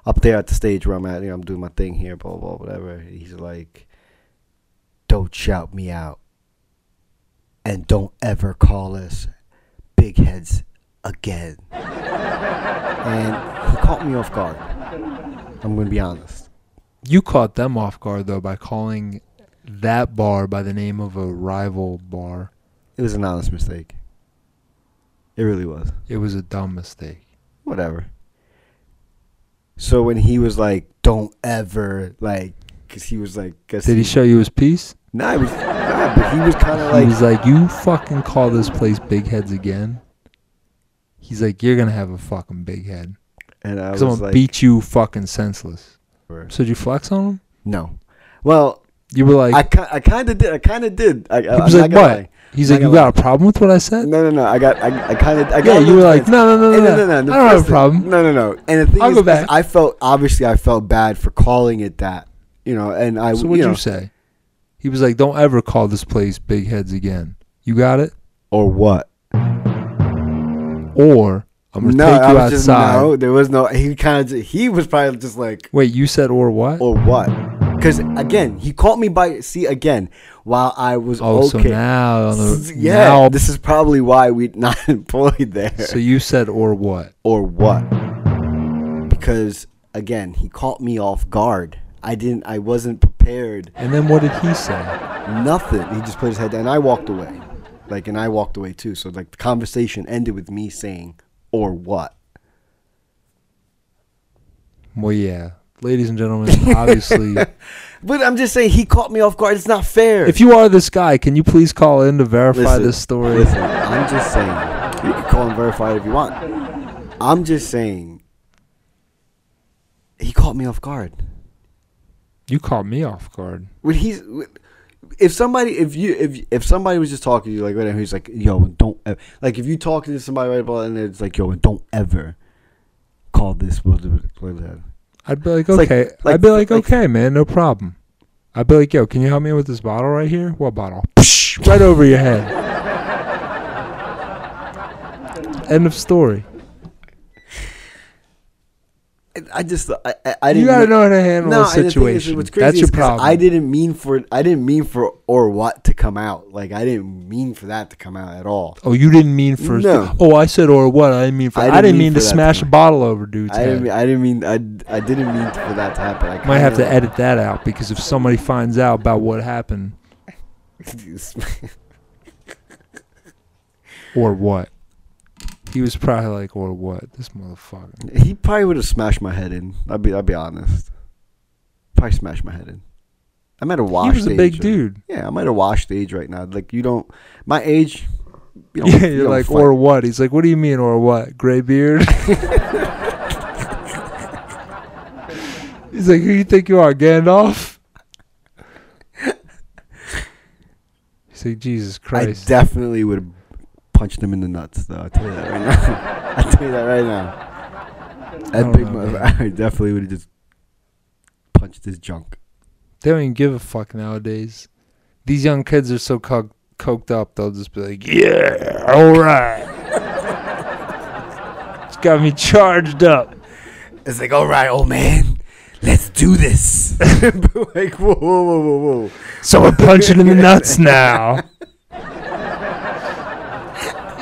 Speaker 5: up there at the stage where I'm at. You know, I'm doing my thing here, blah, blah, whatever. He's like, don't shout me out. And don't ever call us big heads again. and he caught me off guard. I'm going to be honest.
Speaker 4: You caught them off guard though by calling that bar by the name of a rival bar.
Speaker 5: It was an honest mistake. It really was.
Speaker 4: It was a dumb mistake.
Speaker 5: Whatever. So when he was like, don't ever, like, because he was like, guess
Speaker 4: Did he show you his piece?
Speaker 5: Nah, it was, nah, but he was kind of
Speaker 4: he
Speaker 5: like,
Speaker 4: was like, "You fucking call this place Big Heads again." He's like, "You're gonna have a fucking big head.
Speaker 5: and I
Speaker 4: i
Speaker 5: was
Speaker 4: I'm gonna
Speaker 5: like,
Speaker 4: beat you fucking senseless."
Speaker 5: Word.
Speaker 4: So did you flex on him?
Speaker 5: no. Well,
Speaker 4: You were like,
Speaker 5: I, ki- I kind of did. I kind of did. I,
Speaker 4: "He was like, what?" He's like, "You got a problem with what I said?"
Speaker 5: No, no, no. I got. I, I kind of. I
Speaker 4: yeah,
Speaker 5: got.
Speaker 4: you were like,
Speaker 5: no,
Speaker 4: "No, no, no,
Speaker 5: no,
Speaker 4: no,
Speaker 5: no, no.
Speaker 4: I don't have a
Speaker 5: First-
Speaker 4: problem."
Speaker 5: No, no, no. And the thing
Speaker 4: I'll
Speaker 5: is,
Speaker 4: go
Speaker 5: is
Speaker 4: back.
Speaker 5: I felt obviously I felt bad for calling it that. You know, and I.
Speaker 4: So what'd
Speaker 5: you,
Speaker 4: you,
Speaker 5: know,
Speaker 4: say? He was like, "Don't ever call this place Big Heads again." You got it?
Speaker 5: Or what?
Speaker 4: Or I'm gonna
Speaker 5: no,
Speaker 4: take
Speaker 5: I
Speaker 4: you
Speaker 5: was just
Speaker 4: outside.
Speaker 5: no. There was no. He kind of. He was probably just like
Speaker 4: Wait, you said or what?
Speaker 5: or what? Because again, he caught me by see again while I was
Speaker 4: oh,
Speaker 5: okay.
Speaker 4: so now,
Speaker 5: yeah,
Speaker 4: now,
Speaker 5: this is probably why we not employed there.
Speaker 4: so you said or what?
Speaker 5: or what? Because again, he caught me off guard. I didn't. I wasn't prepared.
Speaker 4: And then what did he say?
Speaker 5: Nothing. He just put his head down. And I walked away. Like, and I walked away too. So like, the conversation ended with me saying, "Or what?"
Speaker 4: Well, yeah, ladies and gentlemen, obviously,
Speaker 5: But I'm just saying he caught me off guard. It's not fair.
Speaker 4: if you are this guy, can you please call in to verify
Speaker 5: Listen,
Speaker 4: this story?
Speaker 5: Listen, I'm just saying. You can call and verify it if you want. I'm just saying. He caught me off guard.
Speaker 4: You caught me off guard.
Speaker 5: When he's, if somebody, if you, if if somebody was just talking to you like right now, he's like, "Yo, don't," ever, like if you talking to somebody right now and it's like, "Yo, don't ever call this." blah, blah, blah, blah."
Speaker 4: I'd be like,
Speaker 5: It's like-
Speaker 4: okay.
Speaker 5: like-
Speaker 4: I'd be like, okay, man, no problem. I'd be like, yo, can you help me with this bottle right here? What bottle? Psh, right over your head. End of story.
Speaker 5: I- I just I, I, I didn't.
Speaker 4: gotta
Speaker 5: mean-
Speaker 4: know how to handle a
Speaker 5: and the thing is,
Speaker 4: situation.
Speaker 5: what's
Speaker 4: That's your
Speaker 5: is 'cause
Speaker 4: problem.
Speaker 5: I didn't mean for I didn't mean for or what to come out. Like I didn't mean for that to come out at all.
Speaker 4: Oh, you didn't mean for.
Speaker 5: No.
Speaker 4: Oh, I said or what? I didn't mean for. I didn't, mean, to
Speaker 5: for that
Speaker 4: smash
Speaker 5: to-
Speaker 4: a bottle over dude's
Speaker 5: I didn't.
Speaker 4: head.
Speaker 5: mean- I didn't mean. I, I didn't mean for that to happen. I
Speaker 4: Might have to
Speaker 5: kinda-
Speaker 4: edit that out because if somebody finds out about what happened or what, he was probably like, or what? This motherfucker.
Speaker 5: he probably would have smashed my head in. I'll be. I'll be honest. Probably smashed my head in. I'm at a washed.
Speaker 4: was a
Speaker 5: age
Speaker 4: big
Speaker 5: right-
Speaker 4: dude.
Speaker 5: Yeah, I'm at a washed age right now. Like you don't. My age. You don't,
Speaker 4: yeah,
Speaker 5: you
Speaker 4: you're
Speaker 5: don't
Speaker 4: like,
Speaker 5: fight.
Speaker 4: or what? He's like, what do you mean, or what? Gray beard? He's like, who you think you are, Gandalf? He's like, Jesus Christ.
Speaker 5: I definitely would have punched him in the nuts, though. I tell you that right now. I tell you that right now.
Speaker 4: I
Speaker 5: That
Speaker 4: don't
Speaker 5: big
Speaker 4: know,
Speaker 5: mother,
Speaker 4: man.
Speaker 5: I definitely would have just punched his junk.
Speaker 4: They don't even give a fuck nowadays. These young kids are so coked, coked up, they'll just be like, yeah, all right. it's got me charged up.
Speaker 5: It's like, all right, old man, let's do this. like, whoa, whoa, whoa, whoa, whoa.
Speaker 4: So we're punching in the nuts now.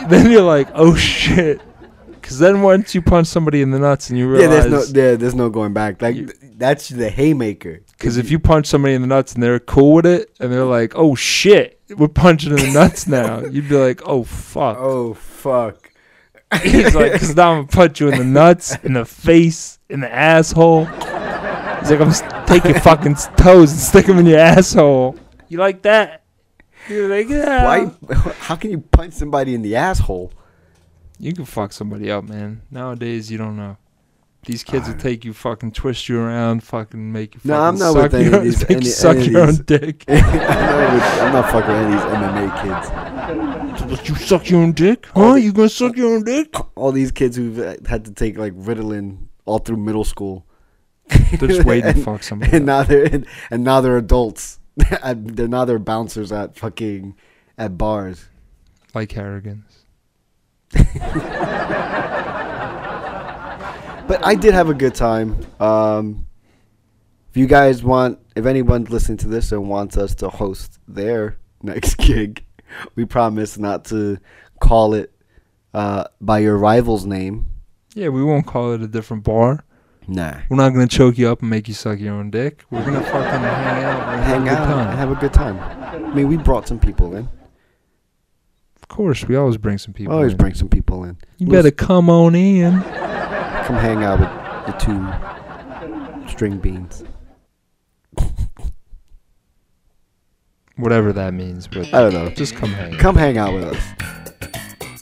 Speaker 4: then you're like, oh shit. Because then once you punch somebody in the nuts and you
Speaker 5: Yeah,
Speaker 4: realize.
Speaker 5: there's no, there, there's no going back. Like, that's the haymaker.
Speaker 4: Because if you punch somebody in the nuts and they're cool with it, and they're like, "Oh shit, we're punching in the nuts now," you'd be like, "Oh fuck."
Speaker 5: Oh fuck.
Speaker 4: He's like, "Cause now I'm gonna punch you in the nuts, in the face, in the asshole." He's like, "I'm gonna take your fucking s- toes and stick them in your asshole." You like that? You're like, yeah.
Speaker 5: Why? How can you punch somebody in the asshole?
Speaker 4: You can fuck somebody up, man. Nowadays, you don't know. These kids will take you, fucking twist you around, fucking make you. Fucking
Speaker 5: No, I'm not
Speaker 4: suck
Speaker 5: with any
Speaker 4: your,
Speaker 5: of these.
Speaker 4: make
Speaker 5: Any,
Speaker 4: you suck
Speaker 5: any of
Speaker 4: your own
Speaker 5: these-
Speaker 4: dick.
Speaker 5: I'm, not with, I'm not fucking with any of these MMA kids.
Speaker 4: You suck your own dick? Huh? You gonna suck your own dick?
Speaker 5: All these kids who've uh, had to take like Ritalin all through middle school.
Speaker 4: They're just waiting to fuck somebody
Speaker 5: And now they're and, and now they're adults. And they're now they're bouncers at fucking at bars.
Speaker 4: Like Harrigan's.
Speaker 5: But I did have a good time. Um, if you guys want, if anyone's listening to this and wants us to host their next gig, we promise not to call it uh, by your rival's name.
Speaker 4: Yeah, we won't call it a different bar.
Speaker 5: Nah.
Speaker 4: We're not gonna choke you up and make you suck your own dick. We're gonna fucking hang out. and
Speaker 5: Hang
Speaker 4: have a good
Speaker 5: out and
Speaker 4: time.
Speaker 5: have a good time. I mean, we brought some people in.
Speaker 4: Of course, we always bring some people.
Speaker 5: Always
Speaker 4: in.
Speaker 5: bring some people in.
Speaker 4: You
Speaker 5: Louis-
Speaker 4: better come on in.
Speaker 5: come hang out with the two string beans.
Speaker 4: Whatever that means, but
Speaker 5: I don't know.
Speaker 4: Just come hang.
Speaker 5: Come hang out with us.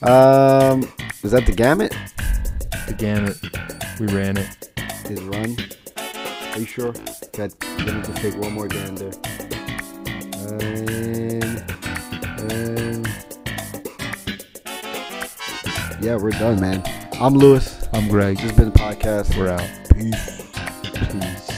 Speaker 5: Um, is that the gamut?
Speaker 4: The gamut. We ran it.
Speaker 5: Is run? Are you sure? Got. Let me just take one more gander. And, and yeah, we're done, man. I'm Lewis.
Speaker 4: I'm Greg.
Speaker 5: This has been the podcast.
Speaker 4: We're out.
Speaker 5: Peace. Peace.